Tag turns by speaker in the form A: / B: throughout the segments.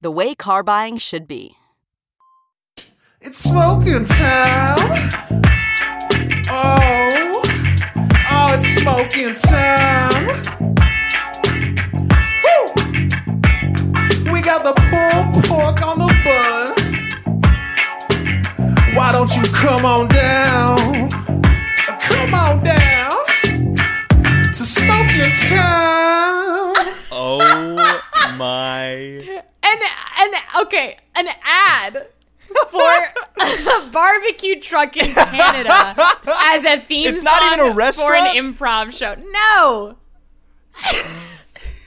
A: the way car buying should be.
B: It's smoking time. Oh, oh, it's smoking time. Woo! We got the pulled pork on the bun. Why don't you come on down? Come on down to smoking time.
C: Oh my.
D: an an okay an ad for a barbecue truck in Canada as a theme
C: It's not
D: song
C: even a restaurant?
D: for an improv show. No,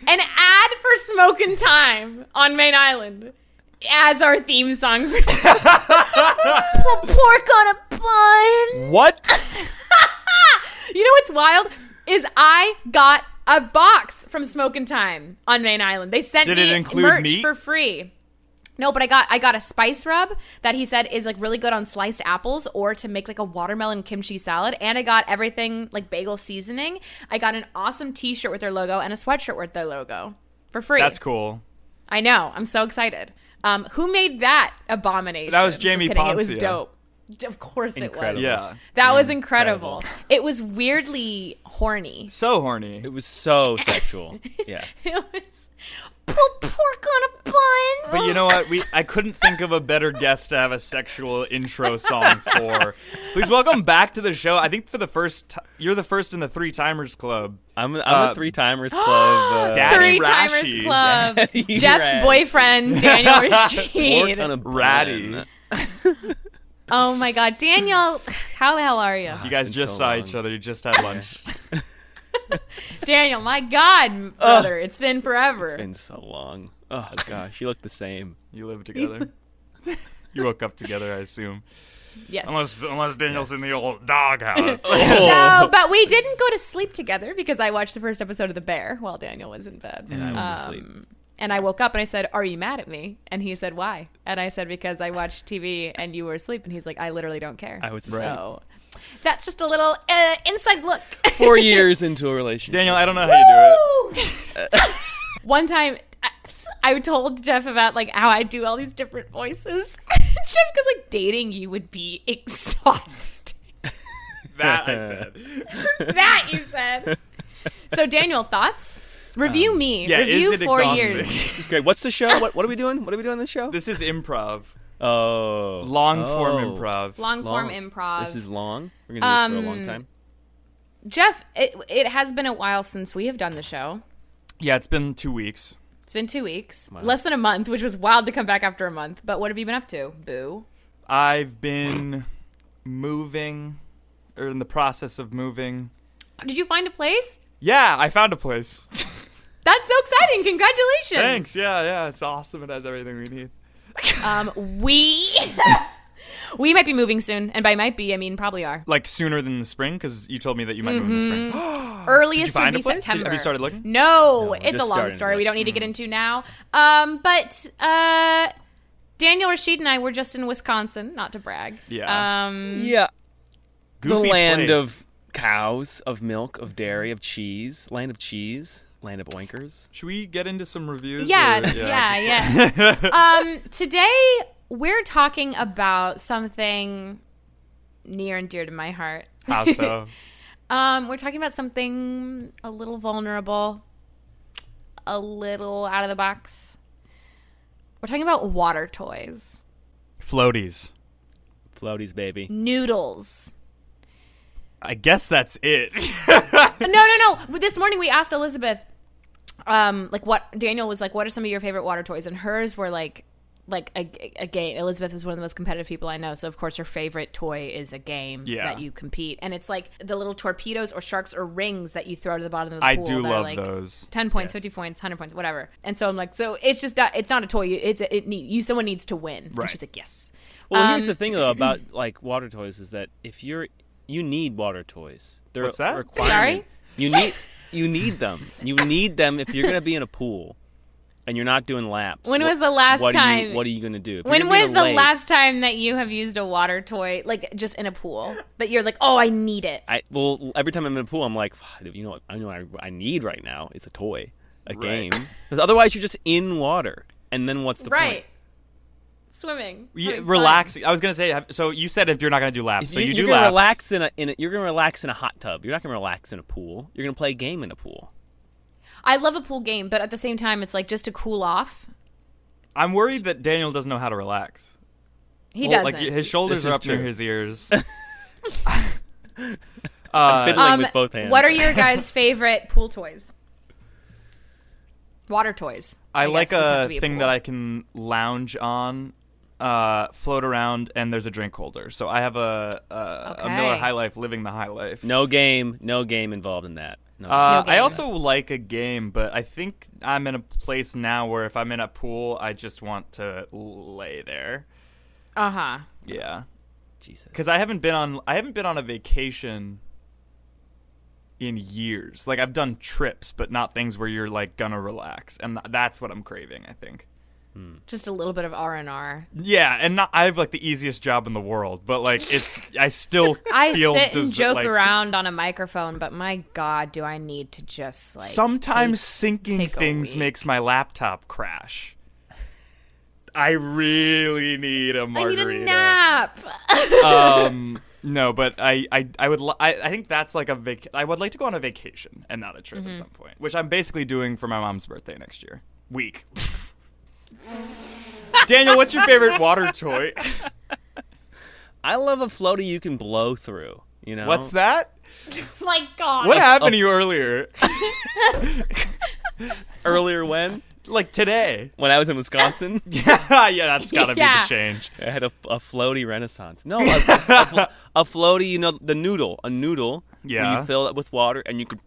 D: an ad for Smokin' Time on Main Island as our theme song. For- pork on a bun.
C: What?
D: You know what's wild is I got a box from Smokin' Time on Main Island. They sent
C: Did
D: me
C: it include
D: merch
C: meat?
D: for free. No, but I got I got a spice rub that he said is like really good on sliced apples or to make like a watermelon kimchi salad. And I got everything like bagel seasoning. I got an awesome T-shirt with their logo and a sweatshirt with their logo for free.
C: That's cool.
D: I know. I'm so excited. Um, who made that abomination?
C: That was
D: Just
C: Jamie
D: kidding. It was
C: Poncia.
D: dope. D- Of course it was.
C: Incredible. Yeah.
D: That was incredible. It was weirdly horny.
C: So horny.
E: It was so sexual. yeah.
D: It was pull pork on a bun.
C: But you know what? We I couldn't think of a better guest to have a sexual intro song for. Please welcome back to the show. I think for the first t- you're the first in the Three Timers Club.
E: I'm, I'm
C: Uh,
E: a three timers club. Uh,
C: Daddy
D: Three Timers
C: Rashi.
D: Club.
E: Daddy
D: Jeff's
E: Rash.
D: boyfriend Daniel
E: Pork on a
D: Rashid.
E: bun.
C: Ratty.
D: Oh my God, Daniel, how the hell are you,
C: You guys
E: been
C: just
E: so
C: saw
E: long.
C: each other. You just had lunch.
D: Daniel? My God, brother, it's been forever.
E: It's been so long. Oh gosh, you look the same.
C: You live together. You woke up together, I assume.
D: yes.
C: Unless unless Daniel's in the old doghouse.
D: No, but we didn't go to sleep together because I watched the first episode of The Bear while Daniel was in bed. And I was asleep. And I woke up and I said, Are you mad at me? And he said, Why? And I said, Because I watched TV and you were asleep. And he's like, I literally don't care.
E: I was asleep.
D: So that's just a little uh, inside look.
E: Four years into a relationship.
C: Daniel, I don't know how you do it.
D: One time, I, I told Jeff about like how I do all these different voices. Jeff goes like dating you would be exhausting.
C: That I said.
D: that you said. So Daniel, thoughts? Review me.
C: Um, Yeah,
D: Review
C: is it
D: four
C: exhausting?
D: years.
E: This is great. What's the show? What, what are we doing? What are we doing on this show?
C: this is improv.
E: oh,
C: Long form
E: Oh.
C: improv.
D: Long form
E: Long.
D: improv.
E: This is long. We're gonna do this for a long time.
D: Jeff, it, it has been a while since we have done the show.
C: yeah, it's been two weeks.
D: It's been two weeks, less than a month, which was wild to come back after a month. But what have you been up to? Boo.
C: I've been moving, or in the process of moving.
D: Did you find a place?
C: Yeah, I found a place.
D: That's so exciting! Congratulations.
C: Thanks. Yeah, yeah, it's awesome. It has everything we need.
D: We we might be moving soon, and by might be, I mean probably are.
C: Like sooner than the spring, because you told me that you might move in the spring.
D: Earliest would
C: find
D: be
C: a place? Have
D: September.
C: you started looking?
D: No, it's a
E: just
D: long
E: starting to
D: story. We
E: look.
D: don't need to get into now. Um, but uh, Daniel Rashid and I were just in Wisconsin, not to brag.
C: Yeah.
D: Um,
E: Yeah,
C: Goofy
E: the land
C: place.
E: of cows, of milk, of dairy, of cheese, land of cheese, land of oinkers.
C: Should we get into some reviews?
D: yeah,
C: or-
D: yeah,
C: just-
D: yeah. um, today we're talking about something near and dear to my heart.
C: How so?
D: Um, we're talking about something a little vulnerable, a little out of the box. We're talking about water toys,
C: Floaties.
E: Floaties, baby.
D: noodles.
C: I guess that's it.
D: no, no, no. This morning we asked Elizabeth, um, like what Daniel was like. What are some of your favorite water toys? And hers were like, like a, a game. Elizabeth was one of the most competitive people I know, so of course her favorite toy is a game
C: Yeah.
D: that you compete. And it's like the little torpedoes or sharks or rings that you throw to the bottom of the
C: I
D: pool.
C: do
D: that are,
C: love
D: like,
C: those.
D: 10 points 50 points 100 points whatever and so i'm like so it's just not it's not a toy it's a, it need you someone needs to win
C: Right.
D: and she's like yes
E: Well,
D: Um,
E: here's the thing though about like water toys is that if you're you need water toys. They're
C: What's
E: a
C: that?
D: Sorry?
E: requirement. You need you need them. You need them if you're gonna be in a pool and you're not doing laps.
D: When
E: Wha-
D: was the last
E: what Are
D: time-
E: you, what are you gonna do? If you're
D: when
E: gonna be in
D: was
E: a
D: the
E: lake-
D: last time that you have used a water toy like just in a pool that you're like oh i need it
E: I well every time I'm in a pool I'm like "Fuck, you know what I know what I, I need right now it's a toy a game because otherwise you're just in water and then what's the point?
D: swimming
C: Yeah,
D: having fun.
C: relaxing. I was gonna say. have- So you said if you're not gonna do laps, so
E: you,
C: you,
E: are
C: do
E: gonna
C: laps.
E: relax in a, in a you're gonna relax in a hot tub. You're not gonna relax in a pool. You're gonna play a game in a pool.
D: i love a pool game but at the same time it's like just to cool off
C: I'm worried that Daniel doesn't know how to relax.
D: he doesn't
C: Well, Like his shoulders
E: This
C: are
E: is
C: up near
E: true.
C: his ears.
E: Fiddling with both hands.
D: Um, what are your guys favorite pool toys water toys
C: I,
D: guess,
C: like
D: doesn't have
C: a
D: to be
C: thing
D: pool.
C: that I can lounge on, uh, float around, and there's a drink holder. So I have a a, a Miller
D: Okay.
C: High Life, living the high life.
E: No game, no game involved in that. No.
C: Uh,
D: No
C: I
D: game.
C: also like a game, but I think I'm in a place now where if I'm in a pool, I just want to lay there.
D: uh-huh
C: Yeah,
E: Jesus.
C: because I haven't been on I haven't been on a vacation in years. Like I've done trips, but not things where you're like gonna relax, and th- that's what I'm craving. I think.
D: just a little bit of r&r
C: Yeah, and not, I have like the easiest job in the world, but like it's I still
D: I
C: feel
D: sit and
C: des-
D: joke
C: like,
D: around on a microphone, but my God, do I need to just like
C: Sometimes
D: take-
C: syncing
D: take a
C: things
D: week.
C: makes my laptop crash. I really need a
D: I need
C: margarita.
D: a nap.
C: Um, no, but I, I, I would, li- I, I think that's like a vac. I would like to go on a vacation and not a trip
D: Mm-hmm.
C: at some point, which I'm basically doing for my mom's birthday next year. Week. Daniel, what's your favorite water toy?
E: I love a floaty you can blow through. You know
C: What's that?
D: my God,
C: What happened to you earlier?
E: Earlier when
C: Like today?
E: when I was in Wisconsin,
C: Ah, yeah, that's gotta be
D: Yeah.
C: the change.
E: I had a, a floaty renaissance. No, a, a, a flo- a floaty. You know the noodle, a noodle. where
C: Yeah.
E: you fill it with water and you can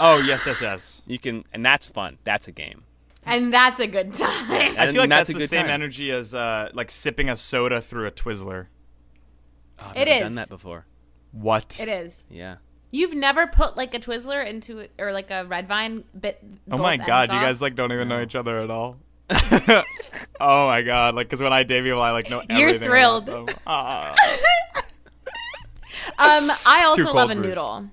C: Oh yes, yes, yes.
E: you can and that's fun. That's a game.
D: And that's a good time.
C: I
E: And
C: feel like that's,
E: a
C: the
E: good
C: same
E: time.
C: energy as uh, like sipping a soda through a Twizzler.
E: Oh, I've
D: It
E: never
D: is.
E: done that before.
C: What?
D: It is.
E: Yeah.
D: You've never put like a Twizzler into it or like a red vine bit.
C: Oh
D: both
C: my
D: ends
C: god, you
D: off?
C: guys like don't even know each other at all. oh my god, like because when I date people, I like know everything.
D: You're thrilled.
C: about them. Ah.
D: Um, I also
C: cold
D: love a
C: brews.
D: noodle.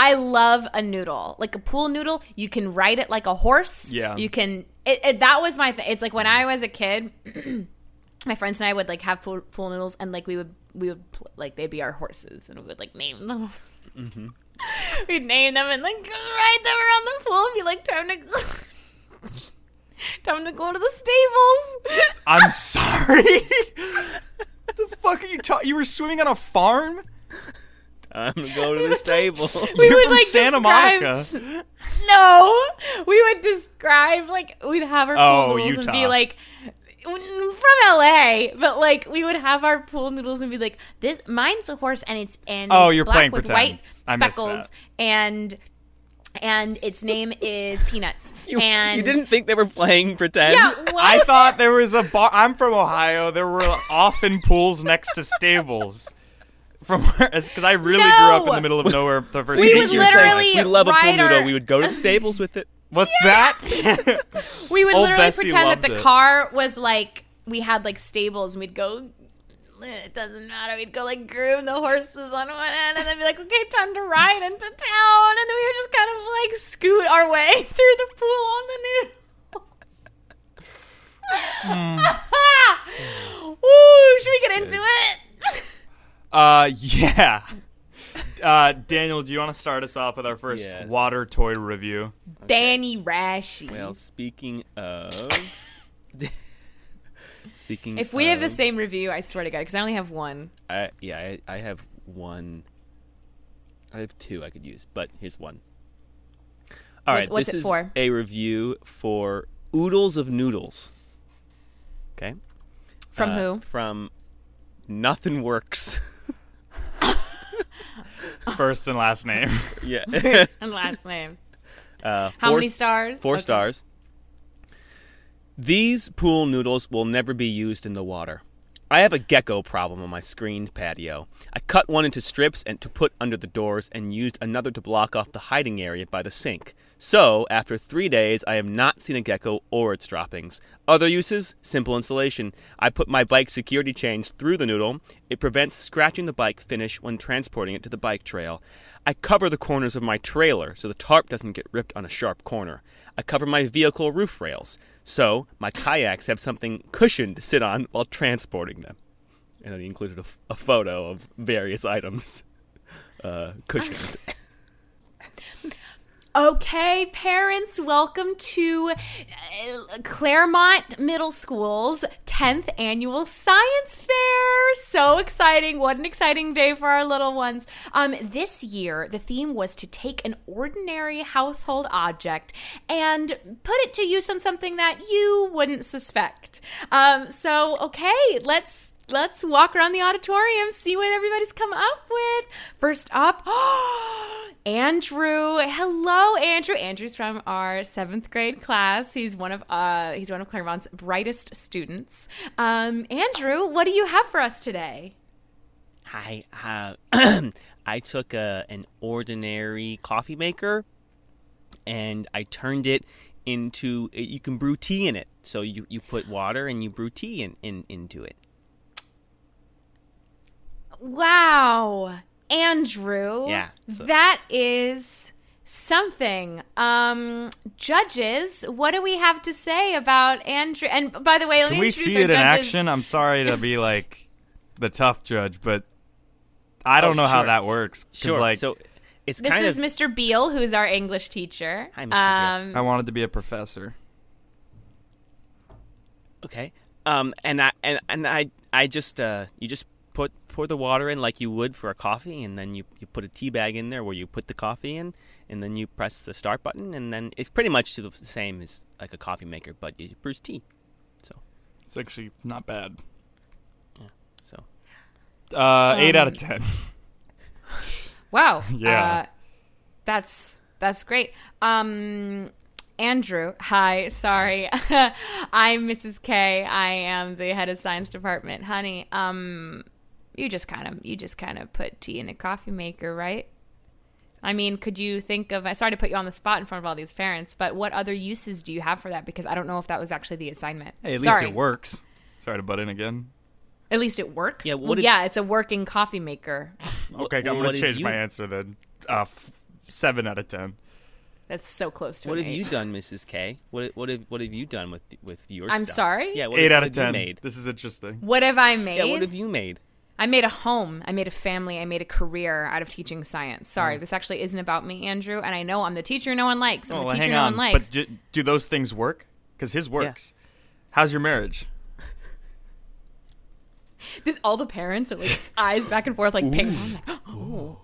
D: I love a noodle, like a pool noodle. You can ride it like a horse.
C: Yeah.
D: You can. It, it, that was my thing. It's like when I was a kid, my friends and I would like have pool, pool noodles, and like we would we would pl- like they'd be our horses, and we would like name them.
C: Mm-hmm.
D: We'd name them and like ride them around the pool and be like, time to time to go to the stables.
C: I'm sorry. the fuck are you talking? You were swimming on a farm.
E: I'm gonna go to the stable.
D: We
C: You're
D: would,
C: from
D: like,
C: Santa
D: describe-
C: Monica.
D: No, we would describe like we'd have our pool
C: Oh,
D: noodles and be
C: Utah.
D: like "Mm, from LA, but like we would have our pool noodles and be like, "This mine's a horse and it's and
C: Oh,
D: it's
C: you're
D: black
C: playing
D: with
C: pretend.
D: white
C: I missed
D: speckles
C: that.
D: and and its name is Peanuts."
E: You,
D: and
E: you didn't think they were playing pretend?
D: Yeah, what?
C: I thought there was a bar. I'm from Ohio. There were often pools next to stables. From because I really grew up in the
D: No.
C: middle of nowhere. The first
D: We
C: eight
E: Think
D: would
E: you
C: years
E: were
C: of my life.
D: literally
E: we love a pool
D: ride
E: noodle.
D: our-
E: We would go to the stables with it.
C: What's that?
D: we would
C: Old
D: literally
C: Oh, Bessie
D: pretend that
C: loved
D: the
C: it.
D: car was like we had like stables and we'd go it doesn't matter. We'd go like groom the horses on one end and then be like, okay, time to ride into town. And then we would just kind of like scoot our way through the pool on the noodle. Ooh, should we get into it?
C: uh, yeah. Uh, Daniel, do you want to start us off with our first
E: Yes.
C: water toy review?
D: Danny Rashi.
E: Well, speaking of, speaking
D: if we have
C: um,
D: the
E: of-
D: same review, I swear to God, because I only have one.
E: I, yeah, I, I have one. I have two I could use, but here's one. All
D: What-
E: right,
D: what's
E: this
D: it
E: is
D: for?
E: a review for Oodles of Noodles. Okay,
D: From
E: Uh,
D: who?
E: From Nothing Works.
C: First and last name.
E: yeah,
D: First and last name.
E: uh,
D: How
E: four
D: many
E: s-
D: stars?
E: Four
D: Okay.
E: stars. These pool noodles will never be used in the water. I have a gecko problem on my screened patio. I cut one into strips and to put under the doors and used another to block off the hiding area by the sink. So, after three days, I have not seen a gecko or its droppings. Other uses? Simple installation. I put my bike security chains through the noodle. It prevents scratching the bike finish when transporting it to the bike trail. I cover the corners of my trailer so the tarp doesn't get ripped on a sharp corner. I cover my vehicle roof rails so my kayaks have something cushioned to sit on while transporting them. And then he included a, f- a photo of various items uh, cushioned.
D: Okay, parents, welcome to uh, Claremont Middle School's 10th annual science fair. So exciting. What an exciting day for our little ones. Um this year the theme was to take an ordinary household object and put it to use on something that you wouldn't suspect. Um so okay, let's let's walk around the auditorium, see what everybody's come up with. First up, Andrew. Hello, Andrew. Andrew's from our seventh grade class. He's one of uh, he's one of Claremont's brightest students. Um, Andrew, what do you have for us today?
E: I uh, I took a, an ordinary coffee maker, and I turned it into you can brew tea in it. So you, you put water and you brew tea in, in into it.
D: Wow, Andrew.
E: Yeah, so-
D: that is something. Um, judges, what do we have to say about Andrew? And by the way, let
C: Can
D: me
C: we
D: introduce
C: see
D: our
C: it in
D: judges.
C: action? I'm sorry to be like the tough judge, but I don't
E: Oh,
C: know how
E: sure.
C: that works. 'cause,
E: Sure.
C: Like,
E: so it's
D: This
E: kind
D: is
E: of
D: Mr. Beal, who's our English teacher. Um,
E: Hi, Mr. Beal.
C: I wanted to be a professor.
E: Okay. Um, and I and, and I I just uh, you just put pour the water in like you would for a coffee, and then you, you put a tea bag in there where you put the coffee in, and then you press the start button, and then it's pretty much the same as like a coffee maker, but it brews tea.
C: It's actually not bad.
E: So
C: Uh,
D: Um,
C: eight out of ten.
D: Wow.
C: Yeah.
D: Uh, that's that's great. Um Andrew, hi. Sorry. I'm Mrs. K. I am the head of science department. Honey, um you just kind of you just kind of put tea in a coffee maker, right? I mean, could you think of I sorry to put you on the spot in front of all these parents, but what other uses do you have for that because I don't know if that was actually the assignment.
C: Hey, at least
D: sorry.
C: it works. Sorry to butt in again.
D: At least it works.
E: Yeah,
D: Yeah,
E: what did-
D: yeah, it's a working coffee maker.
C: Okay, I'm
E: what
C: gonna
E: did
C: change
E: you-
C: my answer then. Uh, f- seven out of ten.
D: That's so close to
E: what
D: an
E: have you
D: eight.
E: done, Mrs. K? What what have what have you done with with your?
D: I'm
E: stuff?
D: sorry?
E: Yeah. What,
C: eight
E: what
C: out of
E: have you
C: ten.
E: Made?
C: This is interesting.
D: What have I made?
E: Yeah. What have you made?
D: I made a home. I made a family. I made a career out of teaching science. Sorry,
E: Oh.
D: this actually isn't about me, Andrew. And I know I'm the teacher no one likes. I'm
C: Oh,
D: the
C: well,
D: teacher
C: hang
D: no
C: on.
D: one likes.
C: But do, do those things work? Because his works. How's your marriage?
D: This- all the parents are like eyes back and forth, like ping pong. Like, oh.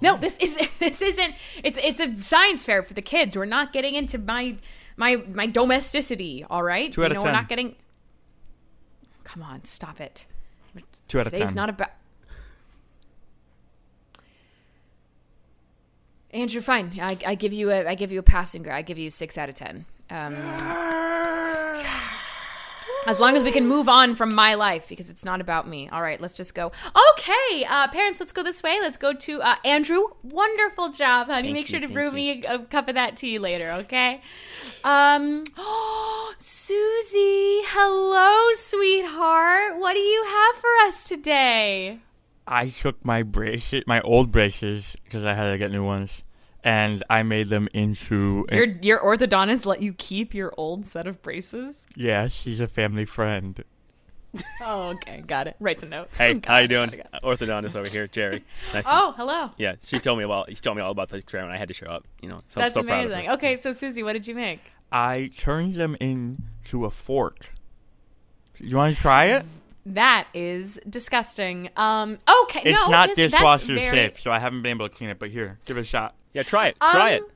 D: No, this is this isn't. It's it's a science fair for the kids. We're not getting into my my my domesticity. All right,
C: Two out
D: you
C: of
D: know,
C: 10.
D: we're not getting. Come on, stop it.
C: Two out of
D: Today's
C: ten.
D: not about. Andrew, fine. I, I give you a I give you a passing grade. I give you six out of ten. Um, as long as we can move on from my life because it's not about me. All right, let's just go. Okay, uh, parents, let's go this way. Let's go to uh, Andrew. Wonderful job, honey. Make
E: you,
D: sure to
E: thank
D: brew
E: you.
D: me a, a cup of that tea later, okay? Um, Susie, hello, sweetheart. What do you have for us today?
C: I took my braces, my old braces, because I had to get new ones, and I made them into.
D: Your your orthodontist let you keep your old set of braces?
C: yeah, she's a family friend.
D: Oh, okay, got it. Writes a note.
E: Hey,
D: Got
E: how you
D: it,
E: doing?
D: got it, got it.
E: Orthodontist over here, Jerry. Nice to-
D: Oh, hello.
E: Yeah, she told me about she told me all about the experiment. I had to show up. You know, so
D: That's
E: I'm so proud of
D: amazing.
E: her.
D: Okay, so Susie, what did you make?
C: I turned them into a fork. You want to try it?
D: That is disgusting. Um, okay,
C: It's
D: no,
C: not
D: this- that's
C: dishwasher
D: very-
C: safe, so I haven't been able to clean it. But here, give it a shot.
E: Yeah, try it. try it.
D: Um,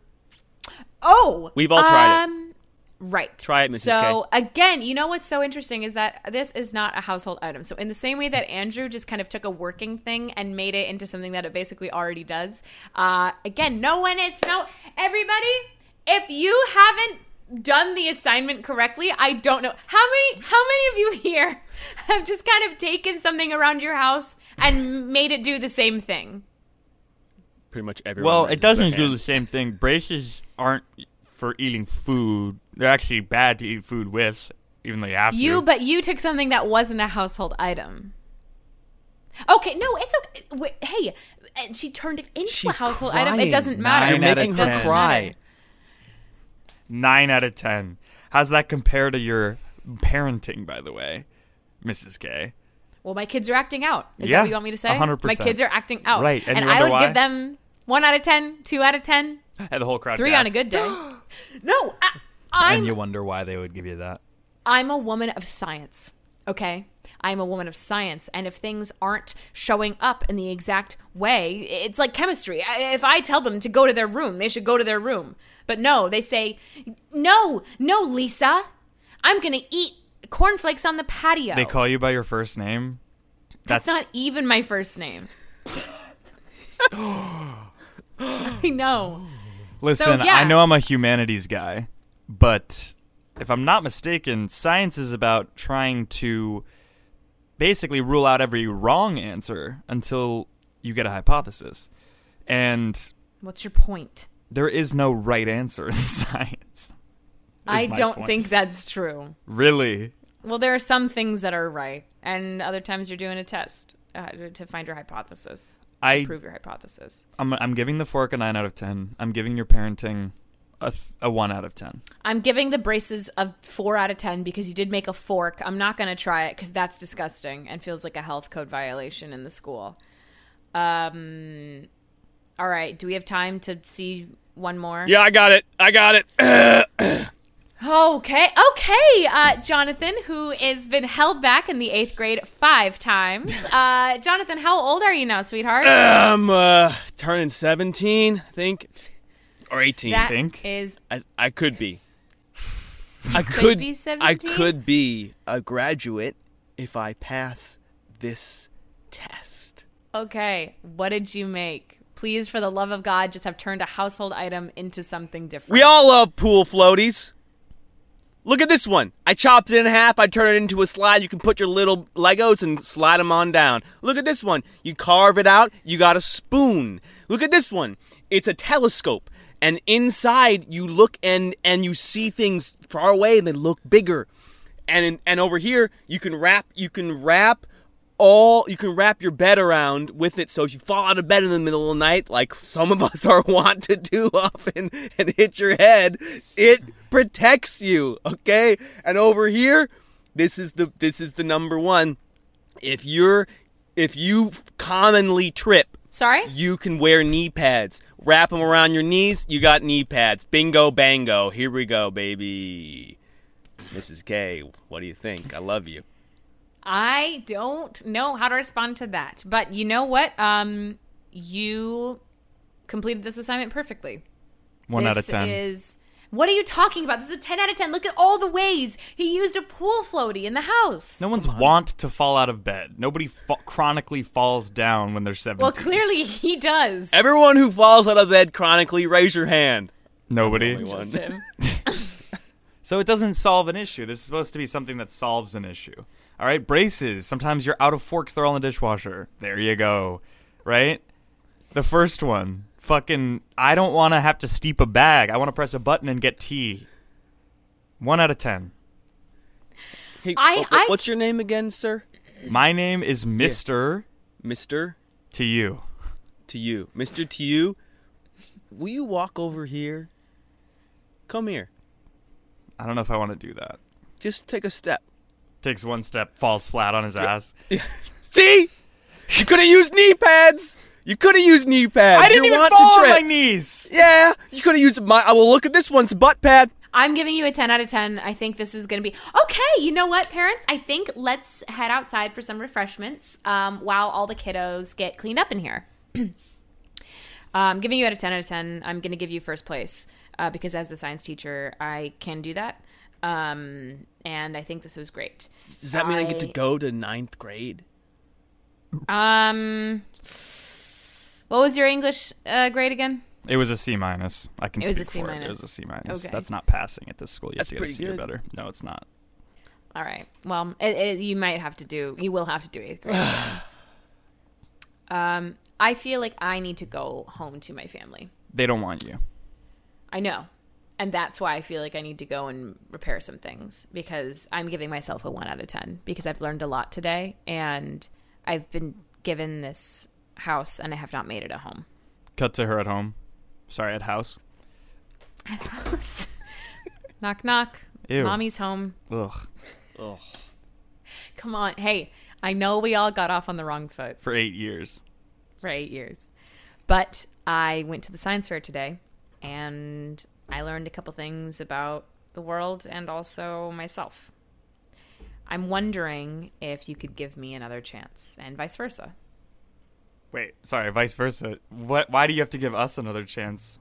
D: Oh,
E: We've all tried it.
D: um, Right.
E: Try it, Mrs.
D: So again, you know what's so interesting is that this is not a household item. So in the same way that Andrew just kind of took a working thing and made it into something that it basically already does. Uh, again, no one is no everybody. If you haven't done the assignment correctly, I don't know how many how many of you here have just kind of taken something around your house and made it do the same thing.
E: Pretty much everyone.
C: Well,
E: raises
C: it doesn't
E: their
C: do
E: hand.
C: the same thing. Braces aren't for eating food. They're actually bad to eat food with, even though you have
D: You,
C: to.
D: but you took something that wasn't a household item. Okay, no, it's okay. Wait, hey, and she turned it into
E: She's
D: a household item.
E: crying.
D: It doesn't matter.
C: Nine
E: You're
C: out of
E: making her
C: ten.
E: cry.
C: Nine out of ten. How's that compare to your parenting, by the way, Mrs. K?
D: Well, my kids are acting out. Is
C: Yeah,
D: that what you want me to say?
C: 100%.
D: My kids are acting out.
C: Right, and
D: and
C: you
D: I would
C: wonder why?
D: give them one out of ten, two out of ten,
C: And the whole crowd.
D: three on a good
C: gasped.
D: day. no, I, I'm
C: And you wonder why they would give you that.
D: I'm a woman of science, okay? I'm a woman of science, and if things aren't showing up in the exact way, it's like chemistry. I- If I tell them to go to their room, they should go to their room. But no, they say, no, no, Lisa, I'm gonna eat cornflakes on the patio.
C: They call you by your first name. That's,
D: Oh. That's not even my first name. I know.
C: Listen,
D: yeah.
C: I know I'm a humanities guy, but if I'm not mistaken, science is about trying to basically rule out every wrong answer until you get a hypothesis. And
D: What's your point?
C: there is no right answer in science.
D: I
C: my
D: don't
C: point.
D: think that's true.
C: Really?
D: Well, there are some things that are right, and other times you're doing a test uh, to find your hypothesis,
C: I
D: prove your hypothesis.
C: I'm I'm giving the fork a 9 out of 10. I'm giving your parenting a th- a 1 out of 10.
D: I'm giving the braces a four out of ten because you did make a fork. I'm not gonna try it because that's disgusting and feels like a health code violation in the school. Um, all right. Do we have time to see one more?
E: Yeah, I got it. I got it.
D: Okay. Okay. Uh, Jonathan, who has been held back in the eighth grade five times. Uh, Jonathan, how old are you now, sweetheart?
E: I'm uh, turning 17, I think, or 18.
D: That
C: think?
D: is
E: I, I could be. I could
D: be
E: I
D: 17?
E: could be a graduate if I pass this test.
D: Okay, what did you make? Please, for the love of God, just have turned a household item into something different.
E: We all love pool floaties. Look at this one. I chopped it in half. I turned it into a slide. You can put your little Legos and slide them on down. Look at this one. You carve it out. You got a spoon. Look at this one. It's a telescope. And inside you look and and you see things far away and they look bigger. And in, and over here you can wrap you can wrap all you can wrap your bed around with it so if you fall out of bed in the middle of the night like some of us are wont to do often and hit your head it protects you okay and over here this is the this is the number one if you're if you commonly trip
D: Sorry?
E: you can wear knee pads wrap them around your knees you got knee pads bingo bango here we go baby mrs k what do you think i love you
D: I don't know how to respond to that, but you know what? Um, you completed this assignment perfectly.
C: 1 out of
D: This
C: 10.
D: Is what are you talking about? This is a ten out of ten. Look at all the ways he used a pool floaty in the house.
C: no one's want to fall out of bed. Nobody fa- chronically falls down when they're 17.
D: Well, clearly he does.
E: Everyone who falls out of bed chronically, raise your hand.
C: Nobody.
E: One.
C: So it doesn't solve an issue. This is supposed to be something that solves an issue. All right, braces. Sometimes you're out of forks, they're all in the dishwasher. There you go. Right? The first one. Fucking I don't want to have to steep a bag. I want to press a button and get tea. 1 out of 10.
E: Hey,
D: I-
E: wh- wh-
D: I-
E: what's your name again, sir?
C: My name is Mr.
E: Mister
C: to you.
E: to you, Mister to you. Will you walk over here? Come here.
C: I don't know if I want to do that.
E: Just take a step.
C: Takes one step, falls flat on his ass.
E: See? You could have used knee pads. You could have used knee pads.
C: I didn't
E: You
C: even
E: want
C: fall
E: to
C: on
E: trip.
C: my knees.
E: Yeah, you could have used my. I will look at this one's butt pad.
D: I'm giving you a 10 out of 10. I think this is going to be okay. You know what, parents? I think let's head outside for some refreshments um, while all the kiddos get cleaned up in here. um, giving you out of 10 out of 10. I'm going to give you first place uh, because as the science teacher, I can do that. Um, and I think this was great.
E: Does that mean I, get to
D: I-
E: go to ninth grade?
D: Um, what was your English uh, grade again?
C: It was a C minus. I can
D: It was
C: speak
D: a C
C: for it. It
D: minus.
C: was a C minus.
D: Okay.
C: That's not passing at this school. You
E: That's
C: have to get a
E: pretty
C: C or
E: good.
C: better. No, it's not.
D: All right. Well, it, it, you might have to do. You will have to do eighth grade. um, I feel like I need to go home to my family.
C: They don't want you.
D: I know, and that's why I feel like I need to go and repair some things because I'm giving myself a one out of ten because I've learned a lot today and I've been given this house and I have not made it a home.
C: Cut to her at home. Sorry, at house.
D: knock knock.
C: Ew.
D: Mommy's home.
C: Ugh.
D: Come on. Hey, I know we all got off on the wrong foot.
C: For eight years.
D: for eight years. But I went to the science fair today and I learned a couple things about the world and also myself. I'm wondering if you could give me another chance and vice versa.
C: Wait, sorry, vice versa. What? Why do you have to give us another chance?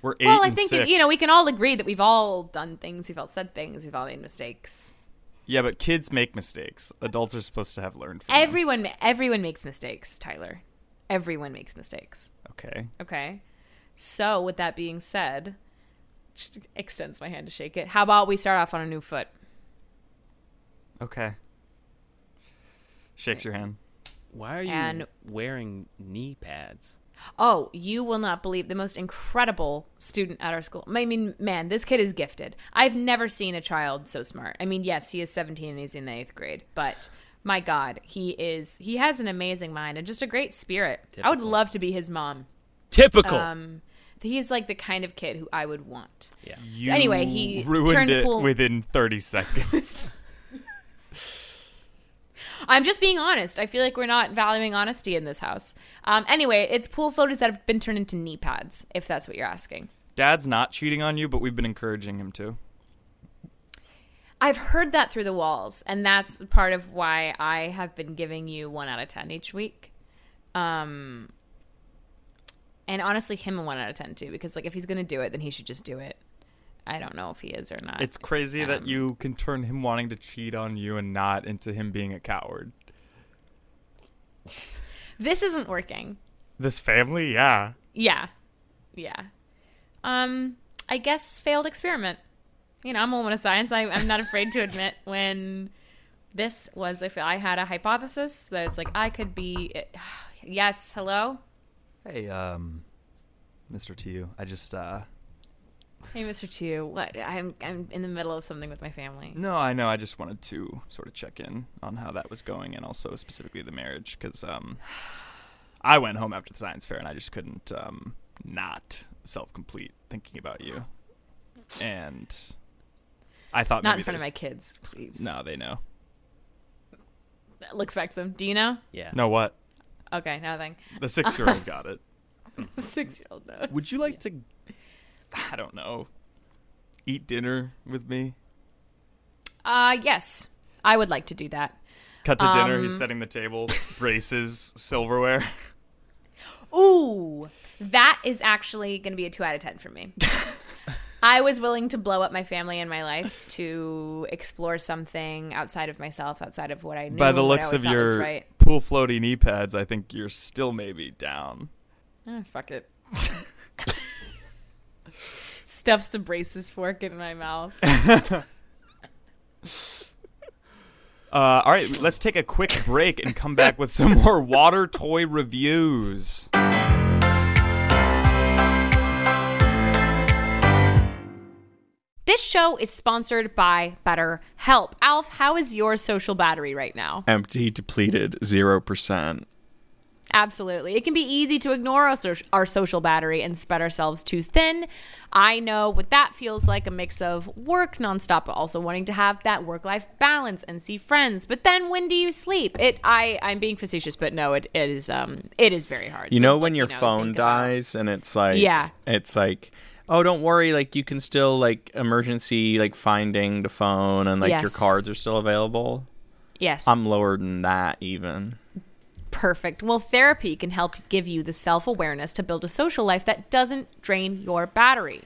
C: We're eight.
D: well, I
C: and
D: think
C: six.
D: you know we can all agree that we've all done things, we've all said things, we've all made mistakes.
C: Yeah, but kids make mistakes. Adults are supposed to have learned from them.
D: Everyone everyone makes mistakes, Tyler. Everyone makes mistakes.
C: Okay.
D: Okay. So, with that being said, just extends my hand to shake it. How about we start off on a new foot?
C: Okay. Shakes your hand.
E: Why are you
D: And-
E: wearing knee pads?
D: Oh, you will not believe the most incredible student at our school. I mean, man, this kid is gifted. I've never seen a child so smart. I mean, yes, he is 17 and he's in the eighth grade, but my God, he is, he has an amazing mind and just a great spirit. I would love to be his mom.
E: Typical.
D: Um, he's like the kind of kid who I would want.
E: yeah.
C: You
D: anyway, he
C: ruined
D: turned
C: it
D: cool-
C: within thirty seconds.
D: I'm just being honest. I feel like we're not valuing honesty in this house. Um, anyway, it's pool floaters that have been turned into knee pads, if that's what you're asking.
C: Dad's not cheating on you, but we've been encouraging him to.
D: I've heard that through the walls, and that's part of why I have been giving you one out of ten each week. Um, and honestly, him a one out of ten too, because like if he's gonna do it, then he should just do it. I don't know if he is or not.
C: It's crazy that you can turn him wanting to cheat on you and not into him being a coward.
D: this isn't working.
C: This family, yeah.
D: Yeah, yeah. Um, I guess failed experiment. You know, I'm a woman of science. I, I'm not afraid to admit when this was. If I had a hypothesis that it's like I could be, yes, hello,
C: Hey, um, Mr. Tu, I just uh,
D: Hey, Mr. Two. What? I'm I'm in the middle of something with my family.
C: no, I know. I just wanted to sort of check in on how that was going, and also specifically the marriage, because um, I went home after the science fair, and I just couldn't um not self complete thinking about you, and I thought
D: Not
C: maybe
D: in front of my
C: there's-
D: kids, please.
C: No, they know.
D: Looks back to them. Do you know?
E: Yeah.
C: No, what?
D: Okay, nothing.
C: The six year old got it.
D: Six year old knows.
E: Would you like to?
C: I don't know. Eat dinner with me.
D: Uh, yes, I would like to do that.
C: Cut to dinner.
D: Um,
C: He's setting the table. Races silverware.
D: Ooh, that is actually going to be a two out of ten for me. I was willing to blow up my family and my life to explore something outside of myself, outside of what I knew.
C: By the
D: what I
C: looks
D: always
C: of
D: thought was
C: your
D: right.
C: pool floaty knee pads, I think you're still maybe down.
D: Oh, fuck it. Stuffs the braces fork in my mouth.
C: Uh, all right, let's take a quick break and come back with some more water toy reviews.
D: This show is sponsored by BetterHelp. Alf, how is your social battery right now?
C: Empty, depleted, zero percent.
D: Absolutely. It can be easy to ignore our, soc- our social battery and spread ourselves too thin. I know what that feels like a mix of work nonstop, but also wanting to have that work life balance and see friends. But then when do you sleep? It I, I'm being facetious, but no, it, it is um it is very hard.
F: You
D: So
F: know
D: it's
F: when
D: like,
F: your
D: know,
F: phone
D: think about-
F: dies and it's like
D: Yeah.
F: it's like oh don't worry like you can still like emergency like finding the phone and like your
D: Yes.
F: cards are still available.
D: Yes.
F: I'm lower than that even.
D: Perfect. Well, therapy can help give you the self awareness to build a social life that doesn't drain your battery.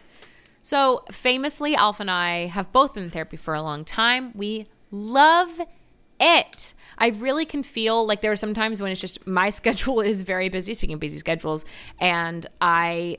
D: So, famously, Alf and I have both been in therapy for a long time. We love it. I really can feel like there are some times when it's just my schedule is very busy, speaking of busy schedules, and I.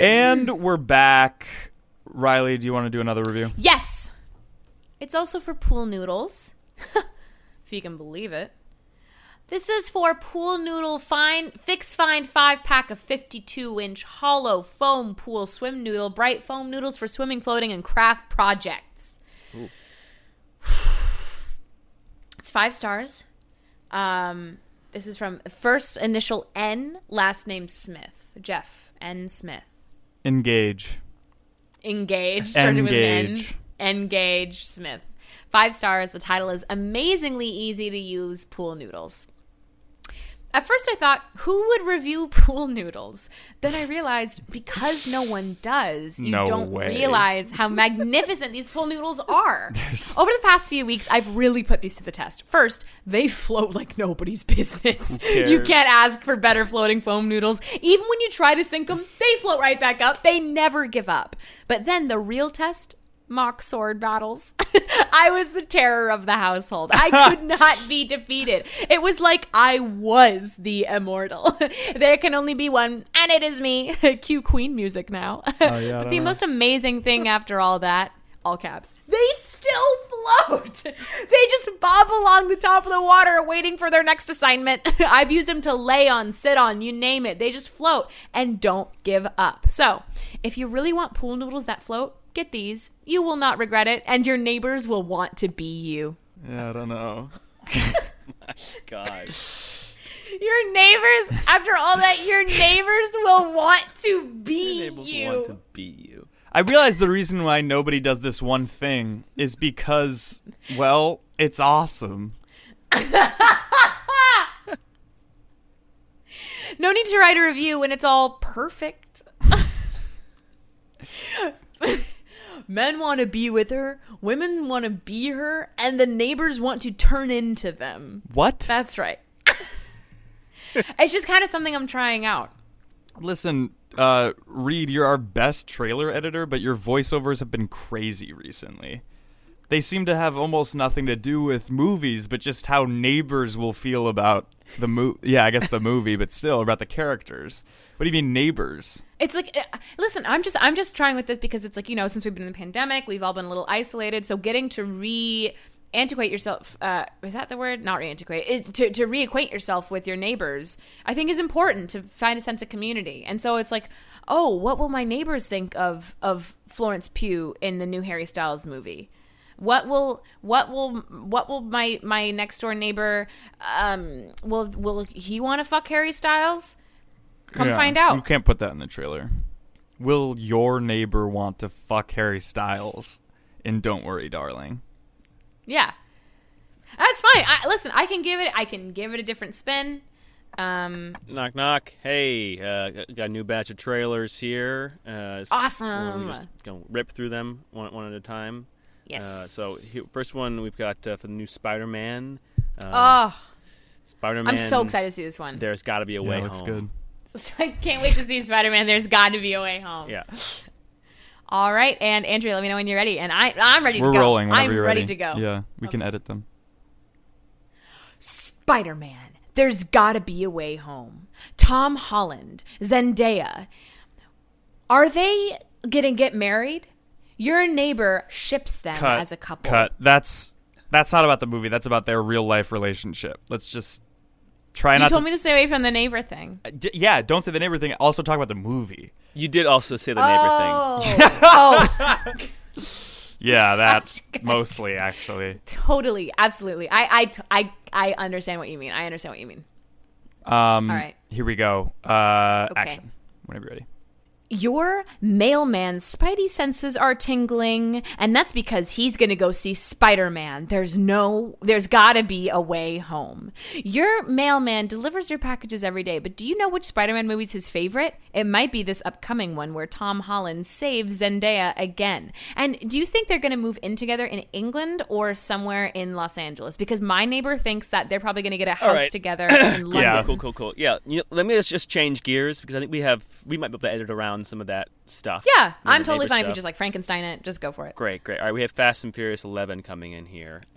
C: And we're back. Riley, do you want to do another review?
D: Yes. It's also for pool noodles. if you can believe it. This is for pool noodle fine fix find five pack of 52 inch hollow foam pool swim noodle bright foam noodles for swimming, floating, and craft projects. It's five stars. Um, this is from first initial N, last name Smith, Jeff N Smith
C: Engage.
D: engage starting with
C: Engage.
D: an N. engage smith five stars the title is amazingly easy to use pool noodles at first i thought who would review pool noodles then i realized because no one does you
C: No
D: don't
C: way.
D: realize how magnificent these pool noodles are over the past few weeks i've really put these to the test first they float like nobody's business you
C: cares?
D: can't ask for better floating foam noodles. Even when you try to sink them, they float right back up. They never give up. But then the real test mock sword battles. I was the terror of the household. I could not be defeated. It was like I was the immortal. there can only be one, and it is me. Cue Queen music now. but the most amazing thing after all that all caps. They still float. They just bob along the top of the water waiting for their next assignment. I've used them to lay on, sit on, you name it. They just float and don't give up. So, if you really want pool noodles that float, get these. You will not regret it and your neighbors will want to be you.
C: Yeah, I don't know.
E: God.
D: Your neighbors, after all that, your neighbors will want to be you.
E: want to be you.
C: I realize the reason why nobody does this one thing is because, well, it's awesome.
D: No need to write a review when it's all perfect. Men want to be with her, women want to be her, and the neighbors want to turn into them.
C: What?
D: That's right. it's just kind of something I'm trying out.
C: Listen, uh, Reed, you're our best trailer editor, but your voiceovers have been crazy recently. They seem to have almost nothing to do with movies, but just how neighbors will feel about the movie. Yeah, I guess the movie, but still about the characters. What do you mean neighbors?
D: It's like, uh, listen, I'm just, I'm just trying with this because it's like, you know, since we've been in the pandemic, we've all been a little isolated. So getting to re antiquate yourself, uh, is that the word? Not re-antiquate, is to, to reacquaint yourself with your neighbors, I think is important to find a sense of community. And so it's like, oh, what will my neighbors think of, of Florence Pugh in the new Harry Styles movie? What will what will what will my my next door neighbor um will will he want to fuck Harry Styles? Come
C: Yeah,
D: find out.
C: You can't put that in the trailer. Will your neighbor want to fuck Harry Styles? And don't worry, darling.
D: Yeah, that's fine. I, listen, I can give it. I can give it a different spin. Um,
E: Knock, knock. Hey, uh, got a new batch of trailers here. Uh, it's-
D: Awesome.
E: We're just gonna rip through them one, one at a time.
D: yes.
E: Uh, so here, first one we've got uh, for the new Spider-Man. Uh,
D: oh,
E: Spider-Man.
D: I'm so excited to see this one.
E: There's got to be a way
C: yeah, looks
E: home.
C: good.
D: I can't wait to see Spider Man. There's got to be a way home.
E: Yeah.
D: All right, and Andrea, let me know when you're ready, and I I'm ready
C: We're
D: to go.
C: rolling. Whenever
D: I'm
C: you're
D: ready. to go.
C: Yeah, we can edit them.
D: Spider Man. There's gotta be a way home. Tom Holland, Zendaya. Are they gonna get married? Your neighbor ships them
C: Cut.
D: as a couple.
C: Cut. That's that's not about the movie. That's about their real life relationship. Let's just try
D: You
C: not
D: told
C: to.
D: me to stay away from the neighbor thing.
C: D- yeah, don't say the neighbor thing. Also talk about the movie.
E: You did also say the neighbor thing.
D: oh,
C: Yeah, that mostly actually.
D: totally, absolutely. I, I, t- I, I understand what you mean. I understand what you mean.
C: Um,
D: All right.
C: Here we go. Uh,
D: Okay.
C: Action. Whenever you're ready.
D: Your mailman's spidey senses are tingling, and that's because he's gonna go see Spider Man. There's no, there's gotta be a way home. Your mailman delivers your packages every day, but do you know which Spider Man movie's his favorite? It might be this upcoming one where Tom Holland saves Zendaya again. And do you think they're gonna move in together in England or somewhere in Los Angeles? Because my neighbor thinks that they're probably gonna get a house
E: right.
D: together in London.
C: Yeah.
E: Cool, cool, cool. Yeah. You know, let me let's just change gears because I think we have we might be able to edit around some of that stuff.
D: Yeah,
E: The
D: I'm totally
E: neighbor
D: fine if you
E: stuff.
D: just like Frankenstein it. Just go for it.
E: Great, great. All right, we have Fast and Furious 11 coming in here. Uh,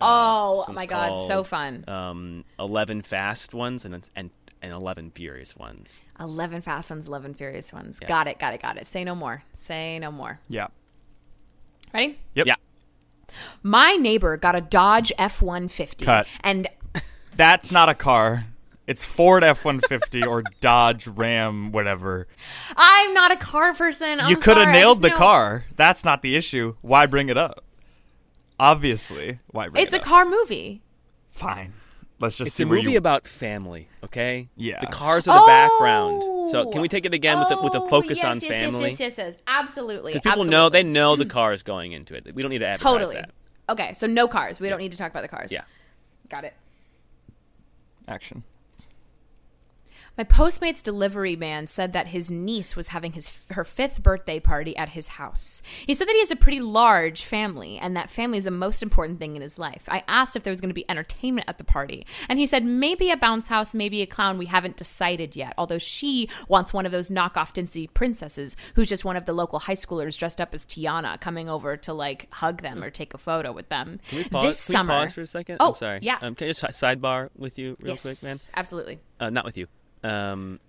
D: Oh,
E: this one's
D: my God, so
E: called,
D: fun.
E: Um, 11 fast ones and and and 11 furious ones.
D: 11 fast ones, 11 furious ones. Got it, got it, got it. Say no more. Say no more.
C: Yeah.
D: Ready?
C: Yep.
E: Yeah.
D: My neighbor got a Dodge F 150.
C: Cut.
D: And
C: That's not a car. It's Ford F-150 or Dodge Ram, whatever.
D: I'm not a car person. I'm
C: you could have
D: sorry, I
C: nailed
D: just
C: the
D: know-
C: car. That's not the issue. Why bring it up? Obviously, why bring
D: It's
C: it
D: a
C: up?
D: car movie.
C: Fine. Let's just
E: It's
C: see
E: a
C: where
E: movie
C: you-
E: about family, okay?
C: Yeah.
E: The cars are the background. So can we take it again with a, with a
D: Oh,
E: focus
D: yes,
E: on
D: yes,
E: family?
D: Yes, yes, yes, yes. Absolutely.
E: Because people
D: absolutely. Mm.
E: know they know the car is going into it. We don't need to advertise
D: Totally.
E: that.
D: Okay, so no cars. We don't need to talk about the cars.
E: Yeah.
D: Got it.
C: action.
D: My Postmates delivery man said that his niece was having his her fifth birthday party at his house. He said that he has a pretty large family and that family is the most important thing in his life. I asked if there was going to be entertainment at the party, and he said maybe a bounce house, maybe a clown. We haven't decided yet. Although she wants one of those knockoff Disney princesses, who's just one of the local high schoolers dressed up as Tiana, coming over to like hug them or take a photo with them.
E: Can we pause,
D: this
E: can we
D: summer,
E: pause for a second?
D: Oh,
E: I'm sorry.
D: yeah.
E: Um, can I just si- sidebar with you real
D: yes,
E: quick, man?
D: absolutely.
E: Uh, not with you. Um,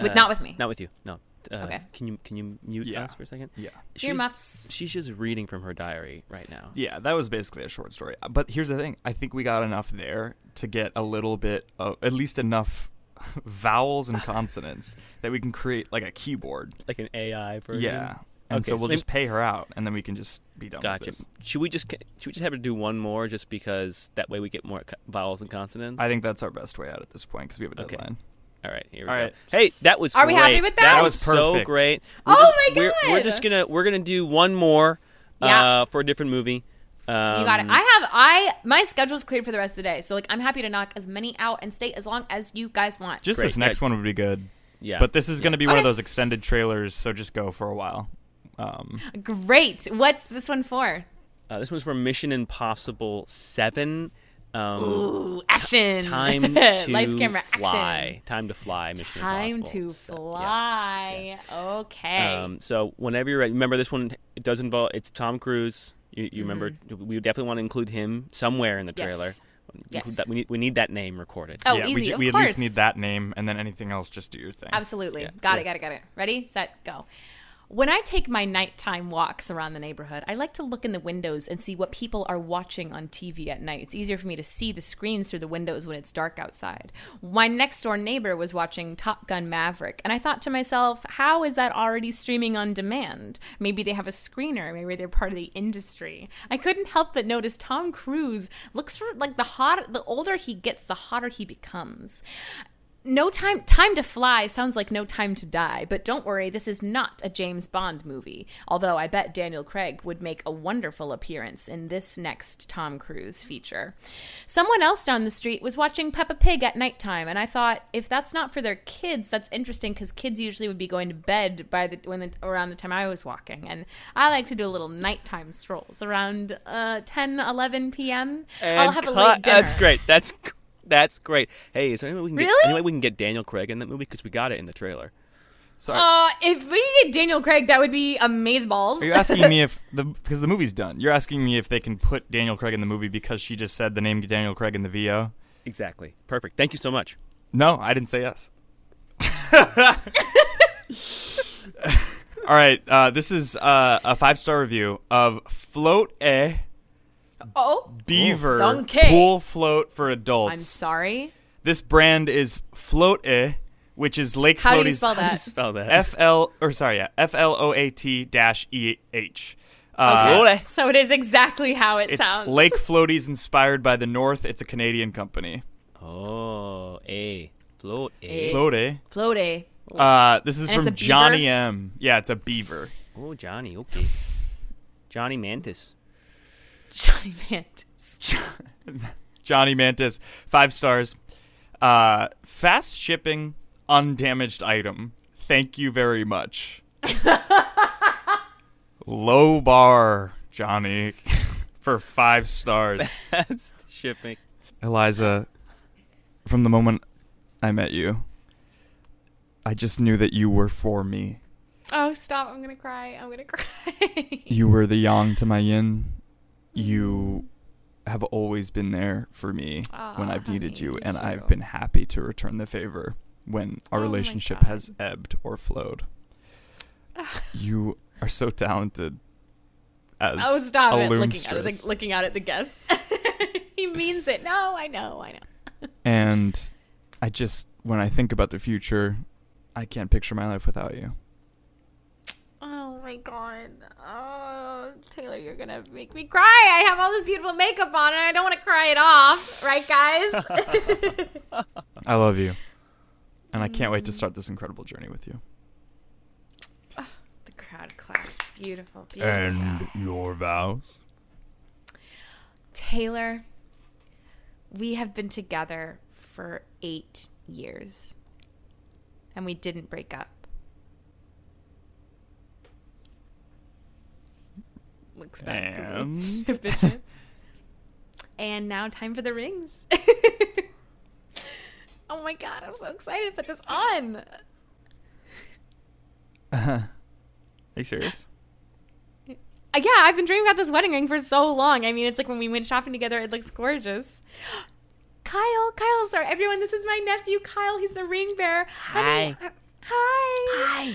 D: With,
E: uh,
D: not with me.
E: Not with you. No. Uh,
D: Okay.
E: Can you can you mute
C: Yeah.
E: us for a second?
C: Yeah.
E: She's-
D: Earmuffs.
E: She's just reading from her diary right now.
C: Yeah, that was basically a short story. Uh, But here's the thing: I think we got enough there to get a little bit, of, at least enough vowels and consonants that we can create like a keyboard.
E: Like an AI version.
C: Yeah, and
E: Okay,
C: so we'll
E: so-
C: just pay her out, and then we can just be done.
E: Gotcha.
C: With this.
E: Should we just should we just have her do one more just because that way we get more co- vowels and consonants?
C: I think that's our best way out at this point because we have a
E: Okay.
C: deadline.
E: All right, here we
C: All
E: go.
C: right.
E: Hey, that was
D: Are we happy
E: great.
D: with that? That
C: was
E: so
C: perfect.
E: great.
D: Oh my
E: We're, we're
D: God.
E: just gonna we're gonna do one more
D: Yeah.
E: uh, for a different movie. Um,
D: You got it. I have I my schedule's cleared for the rest of the day, so like I'm happy to knock as many out and stay as long as you guys want.
C: Just
E: Great,
C: this next
E: great.
C: one would be good.
E: Yeah.
C: But this is going to be one of
D: Okay.
C: those extended trailers, so just go for a while. Um,
D: Great. What's this one for?
E: Uh, this one's from Mission Impossible Seven. Um,
D: Ooh, action.
E: time to
D: Lights, camera, action.
E: fly. Time to fly. Mission
D: Time
E: Impossible.
D: to
E: So, yeah.
D: fly. Okay.
E: Um, so whenever you're ready, remember this one it does involve it's Tom Cruise. You, you remember we definitely want to include him somewhere in the
D: Mm-hmm. Yes.
E: trailer. Include
D: Yes.
E: that- we need we need that name recorded.
D: oh,
C: yeah,
D: easy.
C: we, j-
D: of
C: we at
D: course.
C: least need that name, and then anything else, just do your thing.
D: Absolutely. Got it, got it, got it. Ready, set, go. When I take my nighttime walks around the neighborhood, I like to look in the windows and see what people are watching on TV at night. It's easier for me to see the screens through the windows when it's dark outside. My next door neighbor was watching Top Gun Maverick, and I thought to myself, how is that already streaming on demand? Maybe they have a screener, maybe they're part of the industry. I couldn't help but notice Tom Cruise looks for like the hot the older he gets, the hotter he becomes. No time time to fly sounds like no time to die, but don't worry, this is not a James Bond movie. Although I bet Daniel Craig would make a wonderful appearance in this next Tom Cruise feature. Someone else down the street was watching Peppa Pig at nighttime, and I thought if that's not for their kids, that's interesting because kids usually would be going to bed by the when the, around the time I was walking, and I like to do little nighttime strolls around uh, 10, 11 p.m. I'll
E: And
D: have a
E: cut-
D: late dinner.
E: That's great. That's that's great. Hey, is there any way we can
D: Really?
E: get, any way we can get Daniel Craig in that movie because we got it in the trailer.
C: So
D: Uh, if we could get Daniel Craig, that would be amazeballs.
C: are you asking me if the because the movie's done? You're asking me if they can put Daniel Craig in the movie because she just said the name Daniel Craig in the VO?
E: Exactly. Perfect. Thank you so much.
C: No, I didn't say yes. All right, uh, this is uh, a five star review of Float A
D: oh,
C: Beaver
D: Donkey.
C: Pool Float for Adults.
D: I'm sorry.
C: This brand is Float A, which is Lake
D: How
C: Floaties.
D: do you spell
E: How do you
D: that?
E: spell that?
C: F L or sorry, yeah, F L O A T dash E H. Uh,
E: Float A.
D: So it is exactly how it
C: It's
D: sounds.
C: Lake Floaties inspired by the North. It's a Canadian company.
E: Oh, a float a.
D: Eh.
C: Float A.
D: Floaty.
C: Uh, this is
D: And it's
C: from
D: a beaver?
C: Johnny M. Yeah, it's a beaver.
E: Oh, Johnny. Okay. Johnny Mantis.
D: Johnny Mantis.
C: Johnny Mantis, five stars. Uh, fast shipping, undamaged item. Thank you very much. Low bar, Johnny, for five stars.
E: That's shipping.
C: Eliza, from the moment I met you, I just knew that you were for me.
D: Oh, stop. I'm going to cry. I'm going to cry.
C: You were the yang to my yin. You have always been there for me when
D: Aw,
C: I've needed
D: honey,
C: you,
D: you
C: and
D: Ah, too.
C: I've been happy to return the favor when our
D: Oh my
C: relationship
D: God.
C: has ebbed or flowed. you are so talented as
D: oh, stop
C: a
D: it. Looking at it,
C: loomstress,
D: like, looking out at the guests. he means it. No, I know. I know.
C: and I just when I think about the future, I can't picture my life without you.
D: Oh my god. Oh, Taylor, you're gonna make me cry. I have all this beautiful makeup on and I don't want to cry it off. Right, guys?
C: I love you, and I can't wait to
D: Mm.
C: start this incredible journey with you.
D: the crowd claps. Beautiful, beautiful.
C: your vows.
D: Taylor, we have been together for eight years and we didn't break up. Looks back to me.
C: And
D: to Bishop. and now time for the rings. oh my god, I'm so excited to put this on.
C: Are you serious?
D: Uh, Yeah, I've been dreaming about this wedding ring for so long. I mean, it's like when we went shopping together, it looks gorgeous. Kyle, Kyle, sorry, everyone, this is my nephew, Kyle. He's the ring bearer. uh, Hi. Hi. Hi.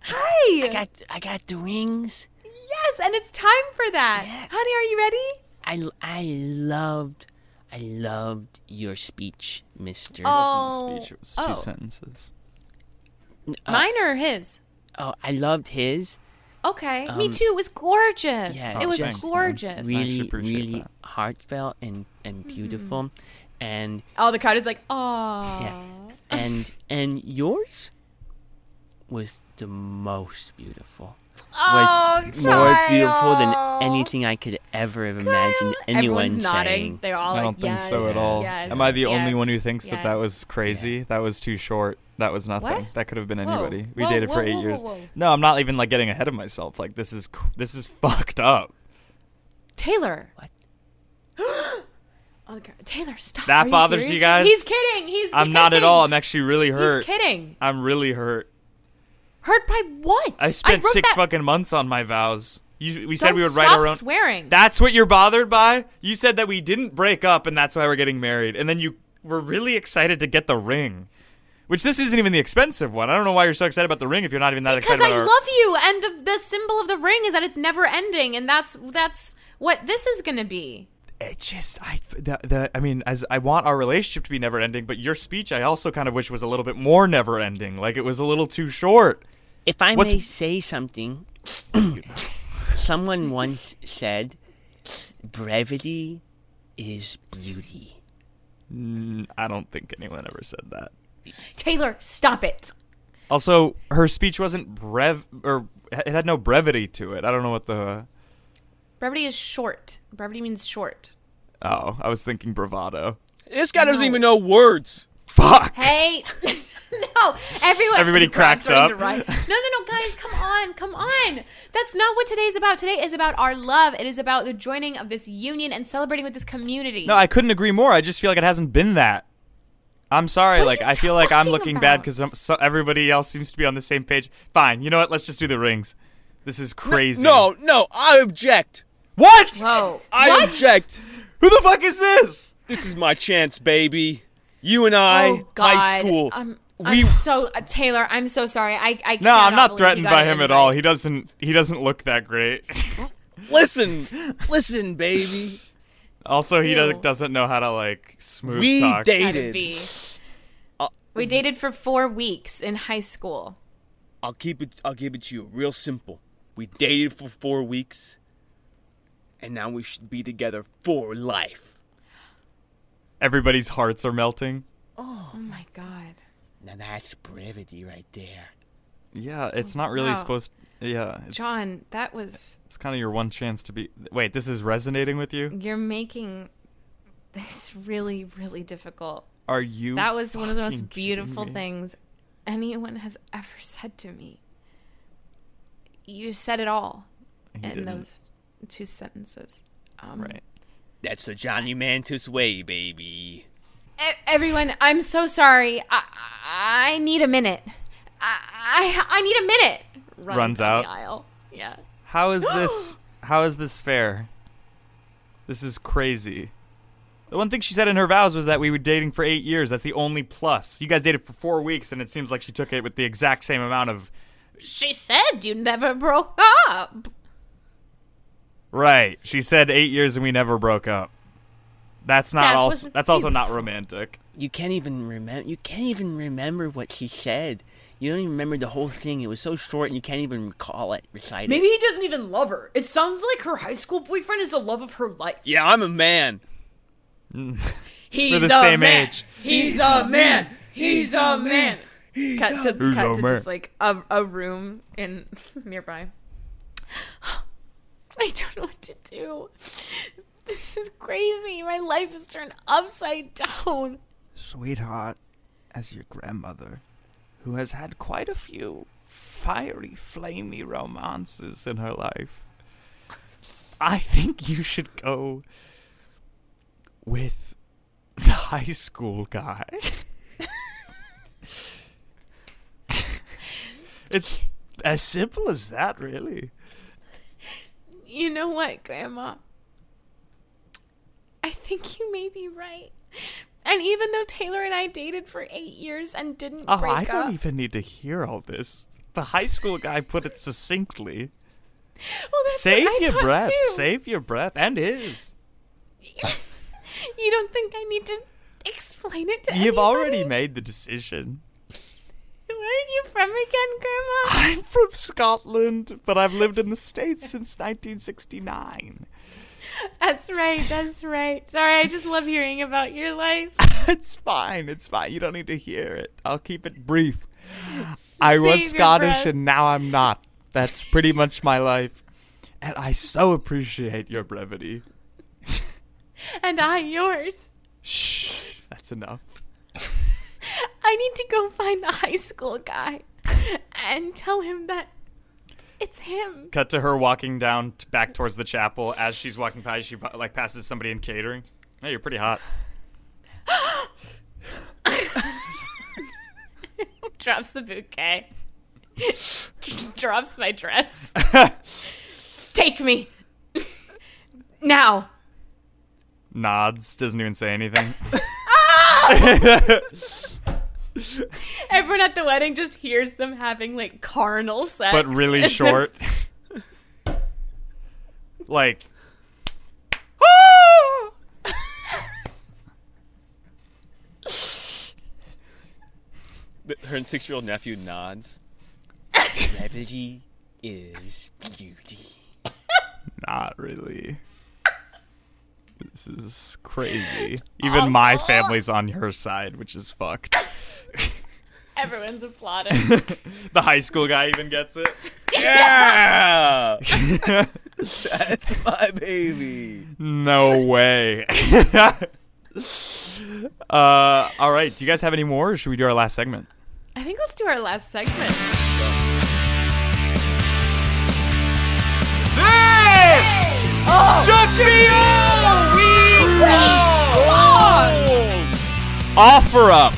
D: Hi. I got,
E: I got the wings.
D: yes, and it's time for that. Honey, are you ready?
E: I, I loved I loved your speech, Mister.
D: Oh,
C: speech. It was
D: oh.
C: two sentences.
D: mine or his?
E: Oh, I loved his.
D: Okay, me too. It was gorgeous.
E: yeah,
D: it was
E: thanks,
C: man.
D: gorgeous.
C: I actually appreciate that.
E: heartfelt and and
D: Mm-hmm.
E: beautiful, and
D: Oh, the crowd is like, oh.
E: yeah, and and yours was the most beautiful.
D: Oh,
E: was more beautiful than
D: child.
E: anything I could ever have imagined anyone
D: Everyone's nodding.
E: saying.
D: They're all
C: I
D: like,
C: don't think so
D: Oh, yes,
C: at all.
D: yes,
C: Am I the only one who
D: yes,
C: thinks that that
D: yes.
C: was crazy? That was too short. That was nothing.
D: What?
C: That could have been
D: Whoa,
C: anybody. We
D: whoa,
C: dated
D: whoa,
C: for eight
D: whoa,
C: years.
D: whoa, whoa.
C: No, I'm not even like getting ahead of myself. Like this is c- this is fucked up.
D: Taylor?
E: What?
D: Oh, God. Taylor, stop.
C: That
D: Are
C: bothers
D: serious?
C: you guys?
D: He's kidding. He's.
C: I'm not at
D: kidding.
C: all. I'm actually really hurt.
D: He's kidding.
C: I'm really hurt.
D: Hurt by what?
C: I spent
D: wrote
C: six
D: that-
C: fucking months on my vows. You, we said
D: Don't
C: we would write
D: stop
C: our own.
D: swearing.
C: That's what you're bothered by. You said that we didn't break up, and that's why we're getting married. And then you were really excited to get the ring, which this isn't even the expensive one. I don't know why you're so excited about the ring if you're not even that
D: because
C: excited
D: I
C: about our-
D: love you, and the, the symbol of the ring is that it's never ending, and that's that's what this is gonna be.
C: it just I the, the I mean as I want our relationship to be never ending, but your speech I also kind of wish was a little bit more never ending. Like it was a little too short.
G: If I
C: What's-
G: may say something, someone once said, brevity is beauty.
C: I don't think anyone ever said that.
D: Taylor, stop it.
C: Also, her speech wasn't brev or it had no brevity to it. I don't know what the
D: Brevity is short. Brevity means short.
C: oh I was thinking bravado.
E: This guy doesn't even know words.
C: Fuck.
D: Hey, no, everyone.
C: Everybody
D: We're
C: cracks
D: starting
C: up.
D: to riot. No, no, no, guys, come on, come on. That's not what today's about. Today is about our love. It is about the joining of this union and celebrating with this community.
C: No, I couldn't agree more. I just feel like it hasn't been that. I'm sorry.
D: What are
C: like
D: you
C: I feel like I'm
D: talking
C: looking bad
D: about?
C: because so, everybody else seems to be on the same page. Fine. You know what? Let's just do the rings. This is crazy.
E: No, no, I object.
C: What?
D: Whoa.
E: I
D: What?
E: object.
C: Who the fuck is this?
E: This is my chance, baby. You and I,
D: oh, God.
E: high school.
D: I'm,
E: we
D: I'm so uh, Taylor. I'm so sorry. I, I
C: No, I'm not threatened by him at all. He doesn't. He doesn't look that great.
E: listen, listen, baby.
C: also, he
D: Ew.
C: doesn't doesn't know how to like smooth
E: We
C: talk.
E: dated.
C: Uh,
D: we dated for four weeks in high school.
E: I'll keep it. I'll give it to you real simple. We dated for four weeks, and now we should be together for life.
C: Everybody's hearts are melting.
D: Oh my God.
G: Now that's brevity right there.
C: Yeah, it's not really
D: Oh, wow.
C: supposed. Yeah, it's,
D: John, that was
C: it's kind of your one chance to be. Wait, this is resonating with you.
D: you're making this really, really difficult.
C: Are you?
D: That was one of the
C: fucking
D: most
C: kidding
D: beautiful
C: me?
D: things anyone has ever said to me. You said it all
C: He
D: in
C: didn't.
D: those two sentences. Um,
C: Right.
E: That's the Johnny Mantis way, baby.
D: e- everyone, I'm so sorry. I, I need a minute. I, I, I need a minute.
C: Runs
D: down The
C: out.
D: aisle. Yeah.
C: How is this? how is this fair? This is crazy. The one thing she said in her vows was that we were dating for eight years. That's the only plus. You guys dated for four weeks, and it seems like she took it with the exact same amount of
D: She said you never broke up.
C: Right. She said eight years and we never broke up. That's not
D: That
C: also.
D: was
C: That's also not romantic.
G: You can't even remember. You can't even remember what she said. You don't even remember the whole thing. It was so short, and you can't even recall it, recite it.
H: Maybe he doesn't even love her. It sounds like her high school boyfriend is the love of her life.
E: Yeah, I'm a man.
H: He's
C: We're the
H: a
C: same
H: man.
C: age.
H: He's a man. He's a man.
D: cut to,
C: Who's
D: cut
C: over
D: to
C: there?
D: just like a, a room in nearby. I don't know what to do. This is crazy. My life is turned upside down.
B: Sweetheart, as your grandmother, who has had quite a few
C: Fiery, flamey romances in her life. I think you should go with the high school guy. it's as simple as that, really.
D: You know what, Grandma? I think you may be right. And even though Taylor and I dated for eight years and didn't
C: Oh,
D: break
C: I
D: up,
C: don't even need to hear all this. The high school guy put it succinctly.
D: well, that's what
C: Save
D: I
C: your
D: thought
C: breath.
D: too.
C: Save your breath and his.
D: You don't think I need to explain it to
C: You've already
D: anybody?
C: made the decision.
D: Where are you from again, Grandma?
C: I'm from Scotland, but I've lived in the States since 1969.
D: That's right. That's right. Sorry, I just love hearing about your life.
C: It's fine. It's fine. You don't need to hear it. I'll keep it brief. I
D: Save
C: was
D: your
C: Scottish
D: breath.
C: and now I'm not. That's pretty much my life. And I so appreciate your brevity.
D: And I yours.
C: Shh. That's enough.
D: I need to go find the high school guy and tell him that it's him.
C: Cut to her walking down t- back towards the chapel. As she's walking by, she bu- like passes somebody in catering. Hey, you're pretty hot.
D: Drops the bouquet. Drops my dress. Take me. now.
C: Nods, doesn't even say anything.
D: Everyone at the wedding just hears them having like carnal sex.
C: but really
D: and
C: short. like,
E: Th- Her six year old nephew nods.
G: Brevity is beauty.
C: not really. This is crazy. Even my family's on her side, which is fucked.
D: Everyone's applauding.
C: the high school guy even gets it.
E: Yeah!
C: That's
E: my baby.
C: No way. uh, all right. Do you guys have any more, or should we do our last segment?
D: I think let's do our last segment.
C: This should be all we
D: want.
C: Offer up.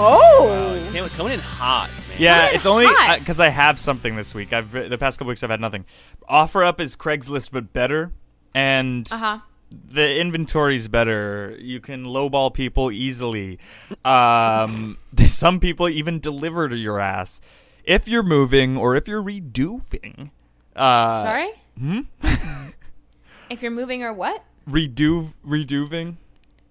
D: Oh.
E: Damn it, coming in hot, man.
C: Yeah, it's only
D: hot.
C: because I have something this week. I've the past couple weeks I've had nothing. Offer up is Craigslist but better, and
D: Uh-huh.
C: the inventory's better. You can lowball people easily. Um, some people even deliver to your ass if you're moving or if you're redoing. Uh,
D: Sorry?
C: Hmm?
D: If you're moving or what?
C: Redo reduving.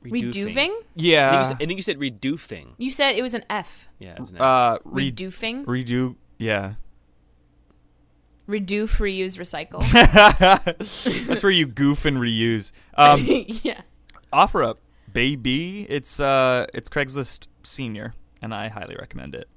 D: Redoofing?
E: I think, you
C: Yeah.
E: said, I think you said redoofing.
D: You said it was an F.
E: Yeah. it was an-
C: Uh, re-
D: Redoofing?
C: Redo. Yeah.
D: Redo, reuse, recycle.
C: That's where you goof and reuse. Um,
D: yeah.
C: offer up, baby. It's uh, it's Craigslist Senior, and I highly recommend it.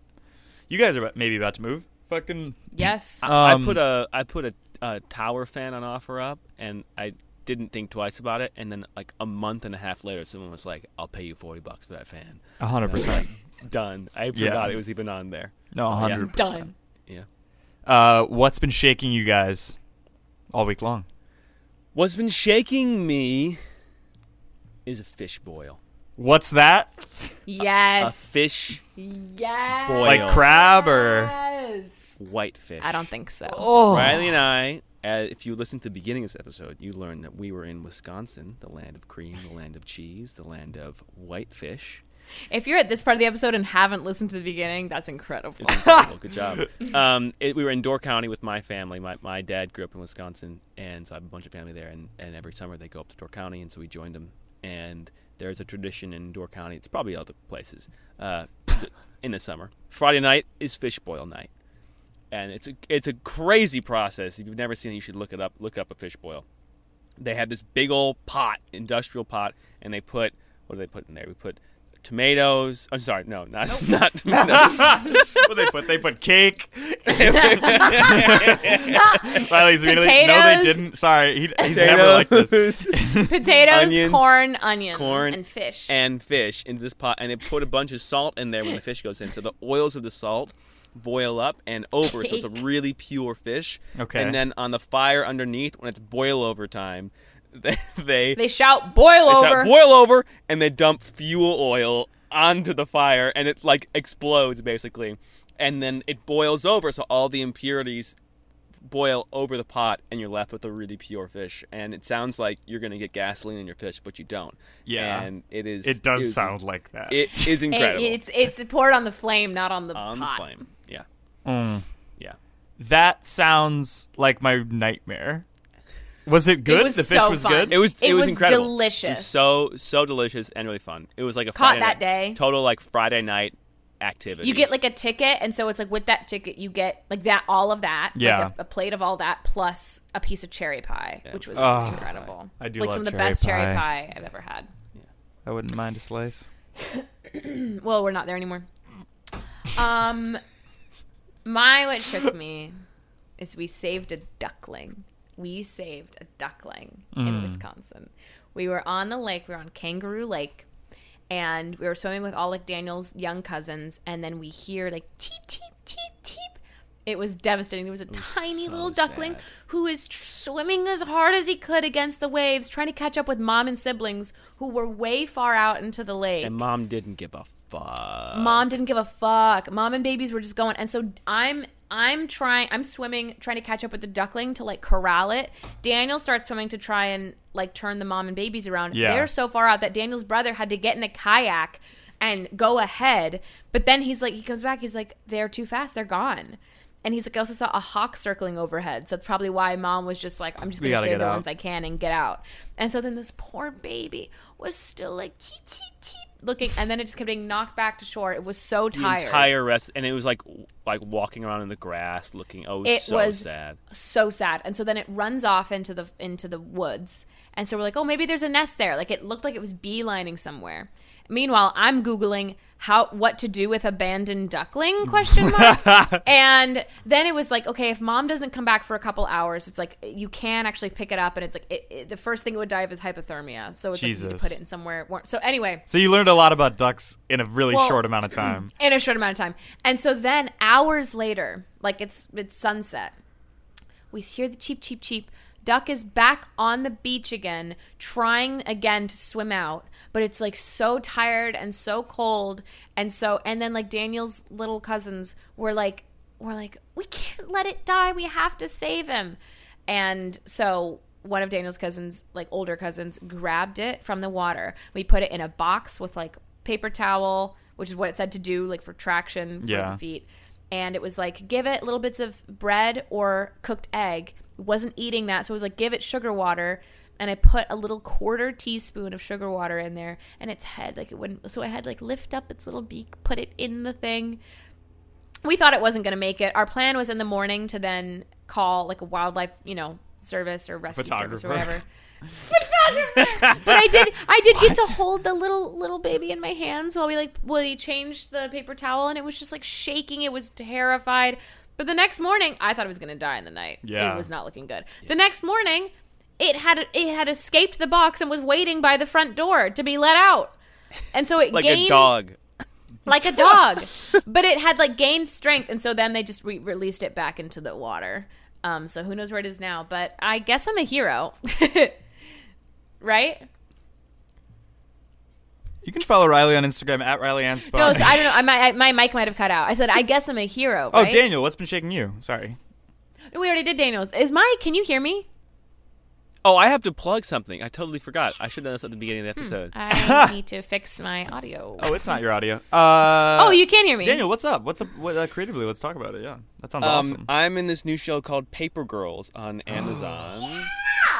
C: You guys are about- maybe about to move. Fucking
D: Yes.
E: I,
C: Um,
E: I put a I put a, a tower fan on offer up, and I didn't think twice about it. And then like a month and a half later, someone was like, "I'll pay you forty bucks for that fan."
C: A hundred
E: And I was
C: percent.
E: like, Done. I
C: Yeah.
E: forgot it was even on there.
C: no, a
E: Yeah.
C: hundred percent.
D: Done.
E: Yeah.
C: Uh, what's been shaking you guys all week long?
E: What's been shaking me is a fish boil.
C: What's that?
E: A
D: Yes.
E: fish
D: yes.
E: boil.
C: Like crab or?
D: Yes.
E: whitefish.
D: I don't think so.
C: Oh.
E: Riley and I, uh, if you listen to the beginning of this episode, you learned that we were in Wisconsin, the land of cream, the land of cheese, the land of whitefish.
D: If you're at this part of the episode and haven't listened to the beginning, that's incredible.
E: It's incredible. Good job. Um, it, we were in Door County with my family. My, my dad grew up in Wisconsin, and so I have a bunch of family there. And, and every summer they go up to Door County, and so we joined them. And there's a tradition in Door County. It's probably other places uh, in the summer. Friday night is fish boil night, and it's a, it's a crazy process. If you've never seen it, you should look it up. Look up a fish boil they have this big old pot, industrial pot, and they put what do they put in there? We put tomatoes. I'm sorry, no, not not tomatoes.
C: what they put? They put cake. Riley's immediately. No, they
D: Potatoes.
C: didn't. Sorry, he, he's never like this.
D: Potatoes,
E: Onions,
D: corn, onions,
E: corn,
D: and fish.
E: and fish into this pot, and they put a bunch of salt in there when the fish goes in. So the oils of the salt boil up and over, so it's a
D: Cake.
E: really pure fish.
C: Okay.
E: And then on the fire underneath, when it's boil over time, they they,
D: they shout boil over.
E: they shout, boil over, and they dump fuel oil onto the fire, and it like explodes basically, and then it boils over, so all the impurities boil over the pot, and you're left with a really pure fish. And it sounds like you're gonna get gasoline in your fish, but you don't.
C: Yeah.
E: and it is.
C: It does sound like that.
E: It is
D: Hey,
E: incredible.
D: it's it's poured on the flame, not on the
E: on
D: pot.
E: the flame. Yeah,
C: Mm.
E: yeah.
C: That sounds like my nightmare. Was it good?
D: It was
C: the fish
D: so
C: was
D: fun.
C: good.
E: It was. It,
D: It
E: was,
D: was
E: incredible. It
D: delicious.
E: was so so delicious and really fun. It was like a
D: Caught
E: Friday
D: that
E: night-
D: day.
E: Total like Friday night activity.
D: You get like a ticket, and so it's like with that ticket, you get like that all of that,
C: Yeah.
D: like a, a plate of all that plus a piece of cherry pie, which was
C: Oh,
D: incredible.
C: I do
D: like
C: love
D: some of the
C: cherry
D: best cherry
C: pie.
D: pie I've ever had.
C: I wouldn't mind a slice.
D: Well, we're not there anymore. Um, my what shook me is we saved a duckling. We saved a duckling in Wisconsin. We were on the lake. We were on Kangaroo Lake, and we were swimming with Alec Daniels' young cousins. And then we hear like teep teep teep teep. It was devastating. There was a tiny little duckling who is tr- swimming as hard as he could against the waves, trying to catch up with mom and siblings who were way far out into the lake.
E: And mom didn't give a fuck.
D: Mom didn't give a fuck. Mom and babies were just going. And so I'm I'm trying I'm swimming trying to catch up with the duckling to like corral it. Daniel starts swimming to try and like turn the mom and babies around.
I: Yeah.
D: They're so far out that Daniel's brother had to get in a kayak and go ahead. But then he's like he comes back he's like they're too fast. They're gone. And he's like, I also saw a hawk circling overhead. So that's probably why mom was just like, I'm just
I: We
D: going to
I: gotta
D: save
I: get
D: the
I: out.
D: ones I can and get out. And so then this poor baby was still like, teep, teep, teep, looking. And then it just kept getting knocked back to shore. It was so
E: The
D: tired.
E: entire rest, and it was like w- like walking around in the grass, looking oh
D: it
E: so
D: was
E: sad.
D: so sad and so then it runs off into the into the woods and so we're like oh maybe there's a nest there like it looked like it was beelining somewhere meanwhile i'm googling how what to do with abandoned duckling question mark and then it was like okay if mom doesn't come back for a couple hours it's like you can actually pick it up and it's like it, it- the first thing it would die of is hypothermia so it's like you need
C: Jesus.
D: to put it in somewhere warm so anyway
C: So you learned a lot about ducks in a really
D: Well,
C: short amount of time.
D: in a short amount of time. And so then hours later, like it's it's sunset, we hear the cheep cheep cheep. Duck is back on the beach again, trying again to swim out, but it's like so tired and so cold, and so and then like Daniel's little cousins were like were like we can't let it die, we have to save him, and so one of Daniel's cousins, like older cousins, grabbed it from the water. We put it in a box with like paper towel, which is what it said to do, like for traction for
I: Yeah.
D: the feet. And it was like, give it little bits of bread or cooked egg. It wasn't eating that, so it was like, give it sugar water. And I put a little quarter teaspoon of sugar water in there, and its head, like it wouldn't. So I had like lift up its little beak, put it in the thing, we thought it wasn't going to make it. Our plan was in the morning to then call like a wildlife, you know, service or rescue service or
I: Photographer.
D: whatever. Photographer. but I did, I did get to hold the little little baby in my hands while we like while he changed the paper towel, and it was just like shaking. It was terrified. But the next morning, I thought it was going to die in the night.
I: Yeah.
D: it was not looking good. The next morning, it had it had escaped the box and was waiting by the front door to be let out. And so it
E: Like
D: gained
E: a dog.
D: like a dog. but it had like gained strength, and so then they just re- released it back into the water. Um, so who knows where it is now? But I guess I'm a hero, right?
C: You can follow Riley on Instagram at Riley Anspo.
D: No, so I don't know. I, my I, my mic might have cut out. I said I guess I'm a hero.
C: Oh,
D: right?
C: Daniel, what's been shaking you? Sorry.
D: We already did Daniel's. Is my? Can you hear me?
E: Oh, I have to plug something. I totally forgot. I should have done this at the beginning of the episode.
D: Hmm. I need to fix my audio.
C: Oh, it's not your audio. Uh,
D: Oh, you can hear me.
C: Daniel, what's up? What's up what, uh, creatively? Let's talk about it. Yeah, that sounds
E: um,
C: awesome.
E: I'm in this new show called Paper Girls on Amazon.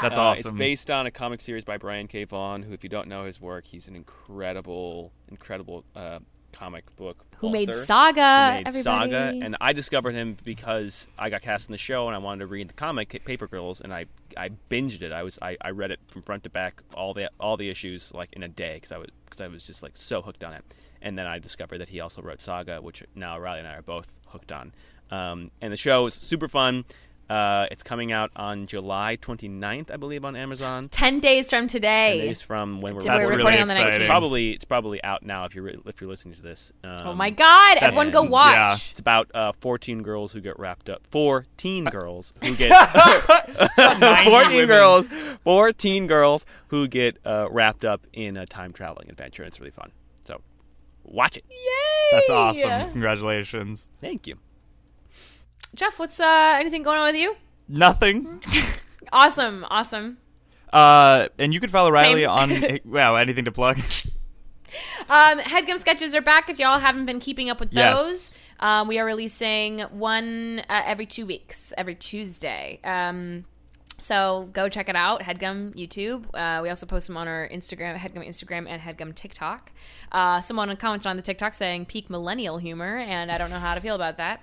C: That's
E: Uh, It's
C: awesome.
E: based on a comic series by Brian K. Vaughan, who, if you don't know his work, he's an incredible, incredible uh, comic book
D: Who made
E: author.
D: Saga,
E: Who made Saga,
D: Uh, everybody.
E: and I discovered him because I got cast in the show and I wanted to read the comic Paper Girls, and I I binged it. I was I, I read it from front to back, all the all the issues like in a day because I was because I was just like so hooked on it. And then I discovered that he also wrote Saga, which now Riley and I are both hooked on. Um, and the show is super fun. Uh, it's coming out on July 29th, I believe, on Amazon.
D: Ten days from today.
E: Ten days from when we're,
D: To we're That's really recording on the 19th.
E: It's
D: exciting.
E: probably it's probably out now if you're re- if you're listening to this. Um,
D: Oh my God, everyone go watch. yeah.
E: It's about uh, 14 girls who get wrapped up. 14
C: Uh,
E: girls who get
I: About 90
E: 14
I: women.
E: girls 14 girls who get uh, wrapped up in a time traveling adventure. and It's really fun. So watch it. Yay!
C: That's awesome. Congratulations.
E: Thank you.
D: Jeff, what's uh anything going on with you?
C: Nothing.
D: Awesome, awesome.
C: Uh, and you can follow Riley
D: Same.
C: on. eh, wow, anything to plug?
D: Um, Headgum sketches are back. If y'all haven't been keeping up with
C: Yes.
D: those, um, we are releasing one uh, every two weeks, every Tuesday. Um, so go check it out. Headgum YouTube. Uh, we also post them on our Instagram, Headgum Instagram, and Headgum TikTok. Uh, someone commented on the TikTok saying "peak millennial humor," and I don't know how to feel about that.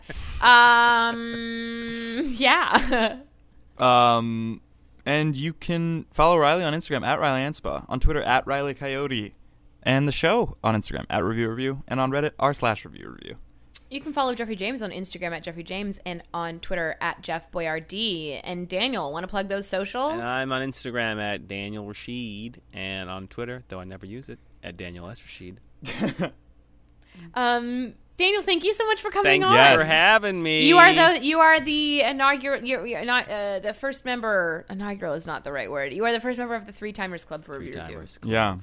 D: Um, yeah.
C: Um, and you can follow Riley on Instagram at Riley Anspa, on Twitter at Riley Coyote, and the show on Instagram at Review Review, and on Reddit r slash Review Review.
D: You can follow Jeffrey James on Instagram at Jeffrey James and on Twitter at Jeff Boyardee. And Daniel, want to plug those socials?
E: And I'm on Instagram at Daniel Rashid and on Twitter, though I never use it, at Daniel S. Rashid.
D: Um, Daniel, thank you so much for coming
E: Thanks
D: on.
E: for having me.
D: You are the you are the inaugural you're, you're not uh, the first member inaugural is not the right word. You are the first member of the Three Timers Club for Review Review.
G: Timers
C: Yeah.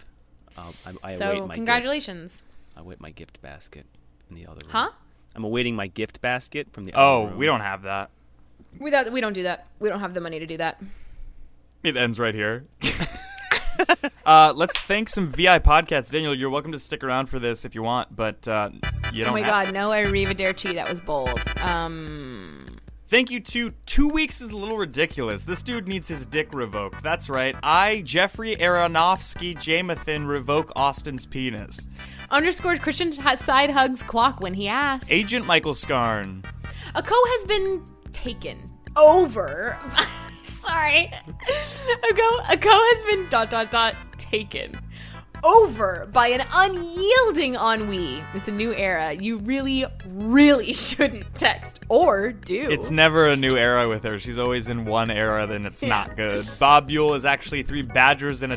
G: Um, I, I
D: so
G: await my
D: congratulations.
G: Gift. I wait my gift basket in the other room.
D: Huh?
E: I'm awaiting my gift basket from the.
C: Oh,
E: other room.
C: we don't have that.
D: We that we don't do that. We don't have the money to do that.
C: It ends right here. uh, let's thank some VI podcasts. Daniel, you're welcome to stick around for this if you want, but uh, you don't.
D: oh my
C: have-
D: god, no Arriva Derchi, that was bold. Um
C: Thank you to Two Weeks is a little ridiculous. This dude needs his dick revoked. That's right. I, Jeffrey Aronofsky Jamathan, revoke Austin's penis.
D: underscored Christian ha- side hugs Quack when he asks.
C: Agent Michael Scarn.
D: A co has been taken over. Sorry. A co a co has been dot dot dot taken over by an unyielding ennui. It's a new era. You really, really shouldn't text or do.
C: It's never a new era with her. She's always in one era, then it's not good. Bob Buell is actually three badgers in a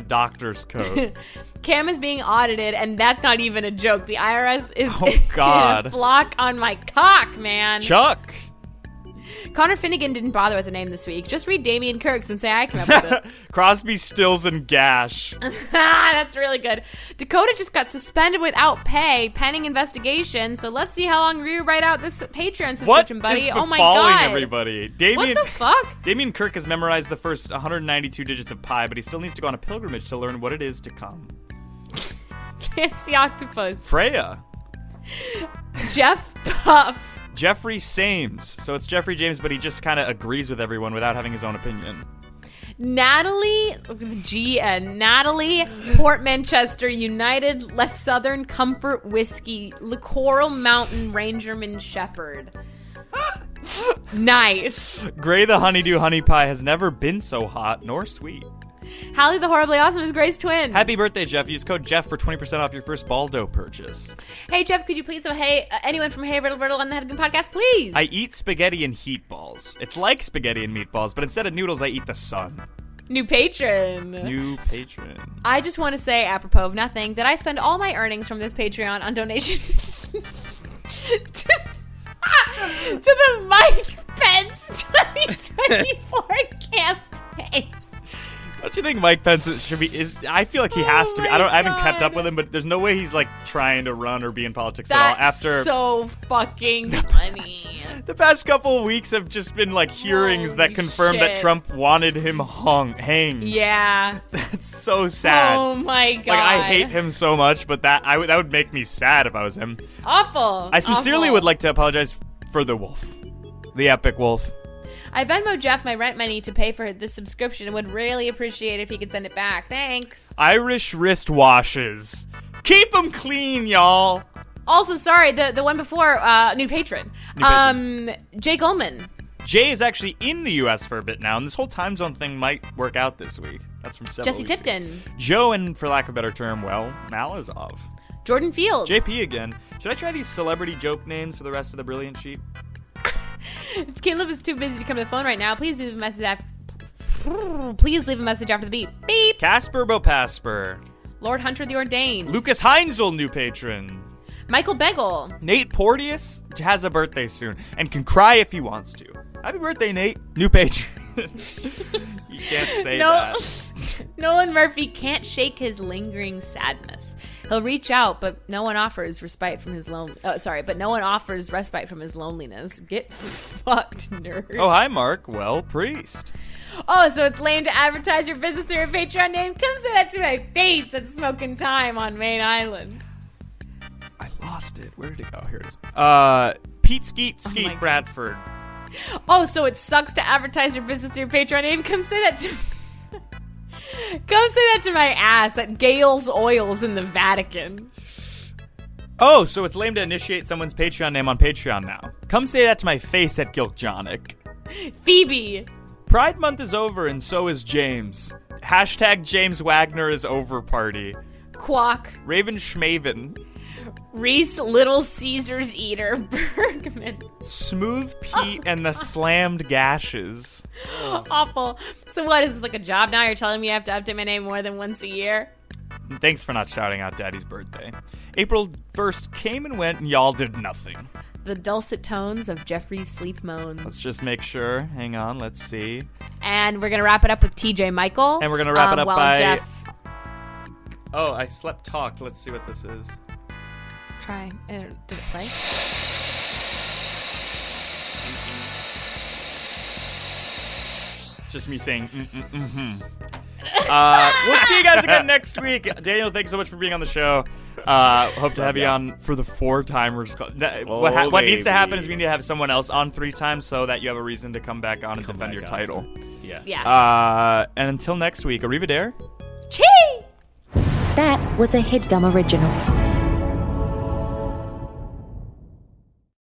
C: doctor's coat.
D: Cam is being audited, and that's not even a joke. The IRS is oh,
C: God.
D: flock on my cock, man.
C: Chuck!
D: Connor Finnegan didn't bother with a name this week. Just read Damien Kirks and say I came up with it.
C: Crosby, Stills, and Gash.
D: That's really good. Dakota just got suspended without pay, pending investigation. So let's see how long you write out this Patreon
C: What
D: subscription,
C: is
D: buddy. oh my
C: befalling
D: god!
C: everybody? Damien,
D: the fuck?
C: Damien Kirk has memorized the first 192 digits of pi, but he still needs to go on a pilgrimage to learn what it is to come.
D: Can't see octopus.
C: Freya.
D: Jeff Puff.
C: Jeffrey Sames. So it's Jeffrey James, but he just kind of agrees with everyone without having his own opinion.
D: Natalie with G and Natalie Portmanchester United Less Southern Comfort Whiskey Licoral Mountain Rangerman Shepherd. nice.
C: Gray the Honeydew Honey Pie has never been so hot nor sweet.
D: Hallie the Horribly Awesome is Gray's twin.
C: Happy birthday, Jeff. Use code Jeff for 20% off your first Baldo purchase.
D: Hey Jeff, could you please have hey uh, anyone from Hey Riddle Riddle on the Headgun podcast, please?
C: I eat spaghetti and heat balls. It's like spaghetti and meatballs, but instead of noodles, I eat the sun.
D: New patron.
C: New patron.
D: I just want to say, apropos of nothing, that I spend all my earnings from this Patreon on donations to, to the Mike Pence 2024 campaign.
C: Don't you think Mike Pence is- should be? Is I feel
D: Oh
C: like he has to be. I don't. I haven't kept up with him, but there's no way he's like trying to run or be in politics at all.
D: That's
C: After
D: so fucking funny.
C: the past couple weeks have just been like hearings that confirmed that
D: shit.
C: Trump wanted him hung, hanged.
D: yeah.
C: That's so sad.
D: Oh my god.
C: Like I hate him so much, but that I would that would make me sad if I was him.
D: Awful.
C: I sincerely
D: awful.
C: would like to apologize for the wolf, the epic wolf.
D: I Venmo Jeff my rent money to pay for this subscription and would really appreciate it if he could send it back. Thanks.
C: Irish wrist washes. Keep them clean, y'all.
D: Also, sorry, the, the one before, uh, new patron.
C: New
D: um, Jake Ullman.
C: Jay is actually in the U.S. for a bit now, and this whole time zone thing might work out this week. That's from several
D: Jesse
C: weeks ago.
D: Tipton.
C: Joe, and for lack of a better term, well, Malazov.
D: Jordan Fields.
C: JP again. Should I try these celebrity joke names for the rest of the brilliant sheet?
D: Caleb is too busy to come to the phone right now. Please leave a message after. Please leave a message after the beep. Beep.
C: Casper Bopasper.
D: Lord Hunter the Ordained.
C: Lucas Heinzel, new patron.
D: Michael Begel.
C: Nate Porteous has a birthday soon and can cry if he wants to. Happy birthday, Nate. New patron. you can't say
D: No-
C: that.
D: Nolan Murphy can't shake his lingering sadness. He'll reach out, but no one offers respite from his lone. Oh, sorry, but no one offers respite from his loneliness. Get fucked, nerd.
C: Oh, hi, Mark. Well, priest.
D: Oh, so it's lame to advertise your business through your Patreon name? Come say that to my face at Smoking Time on Main Island.
C: I lost it. Where did it go? Here it is. Uh, Pete Skeet Skeet Bradford.
D: Oh, so it sucks to advertise your business through your Patreon name? Come say that to. Come say that to my ass at Gale's Oils in the Vatican.
C: Oh, so it's lame to initiate someone's Patreon name on Patreon now. Come say that to my face at Gilkjonic.
D: Phoebe.
C: Pride Month is over and so is James. Hashtag James Wagner is over party.
D: Quack.
C: Raven Schmaven.
D: Reese Little Caesars Eater Bergman.
C: Smooth Pete and the Slammed Gashes.
D: Awful. So what is this like a job now? You're telling me I have to update my name more than once a year?
C: And thanks for not shouting out Daddy's birthday. April 1st came and went, and y'all did nothing.
D: The dulcet tones of Jeffrey's sleep moans.
C: Let's just make sure. Hang on, let's see.
D: And we're gonna wrap it up with TJ Michael.
C: And we're gonna wrap
D: um,
C: it up
D: while
C: by.
D: Jeff
C: Oh, I slept talked. Let's see what this is.
D: try. I don't- Did it play?
C: Just me saying. Mm, mm, mm-hmm. Uh, we'll see you guys again next week. Daniel, thanks so much for being on the show. Uh, hope to have you on for the four timers. Club. No, what, ha-
F: Oh,
C: what needs to happen
F: baby.
C: is we need to have someone else on three times so that you have a reason to come back on and defend your title.
E: Yeah.
D: Yeah.
C: Uh, and until next week, Arrivederci.
D: Chee!
J: That was a headgum original.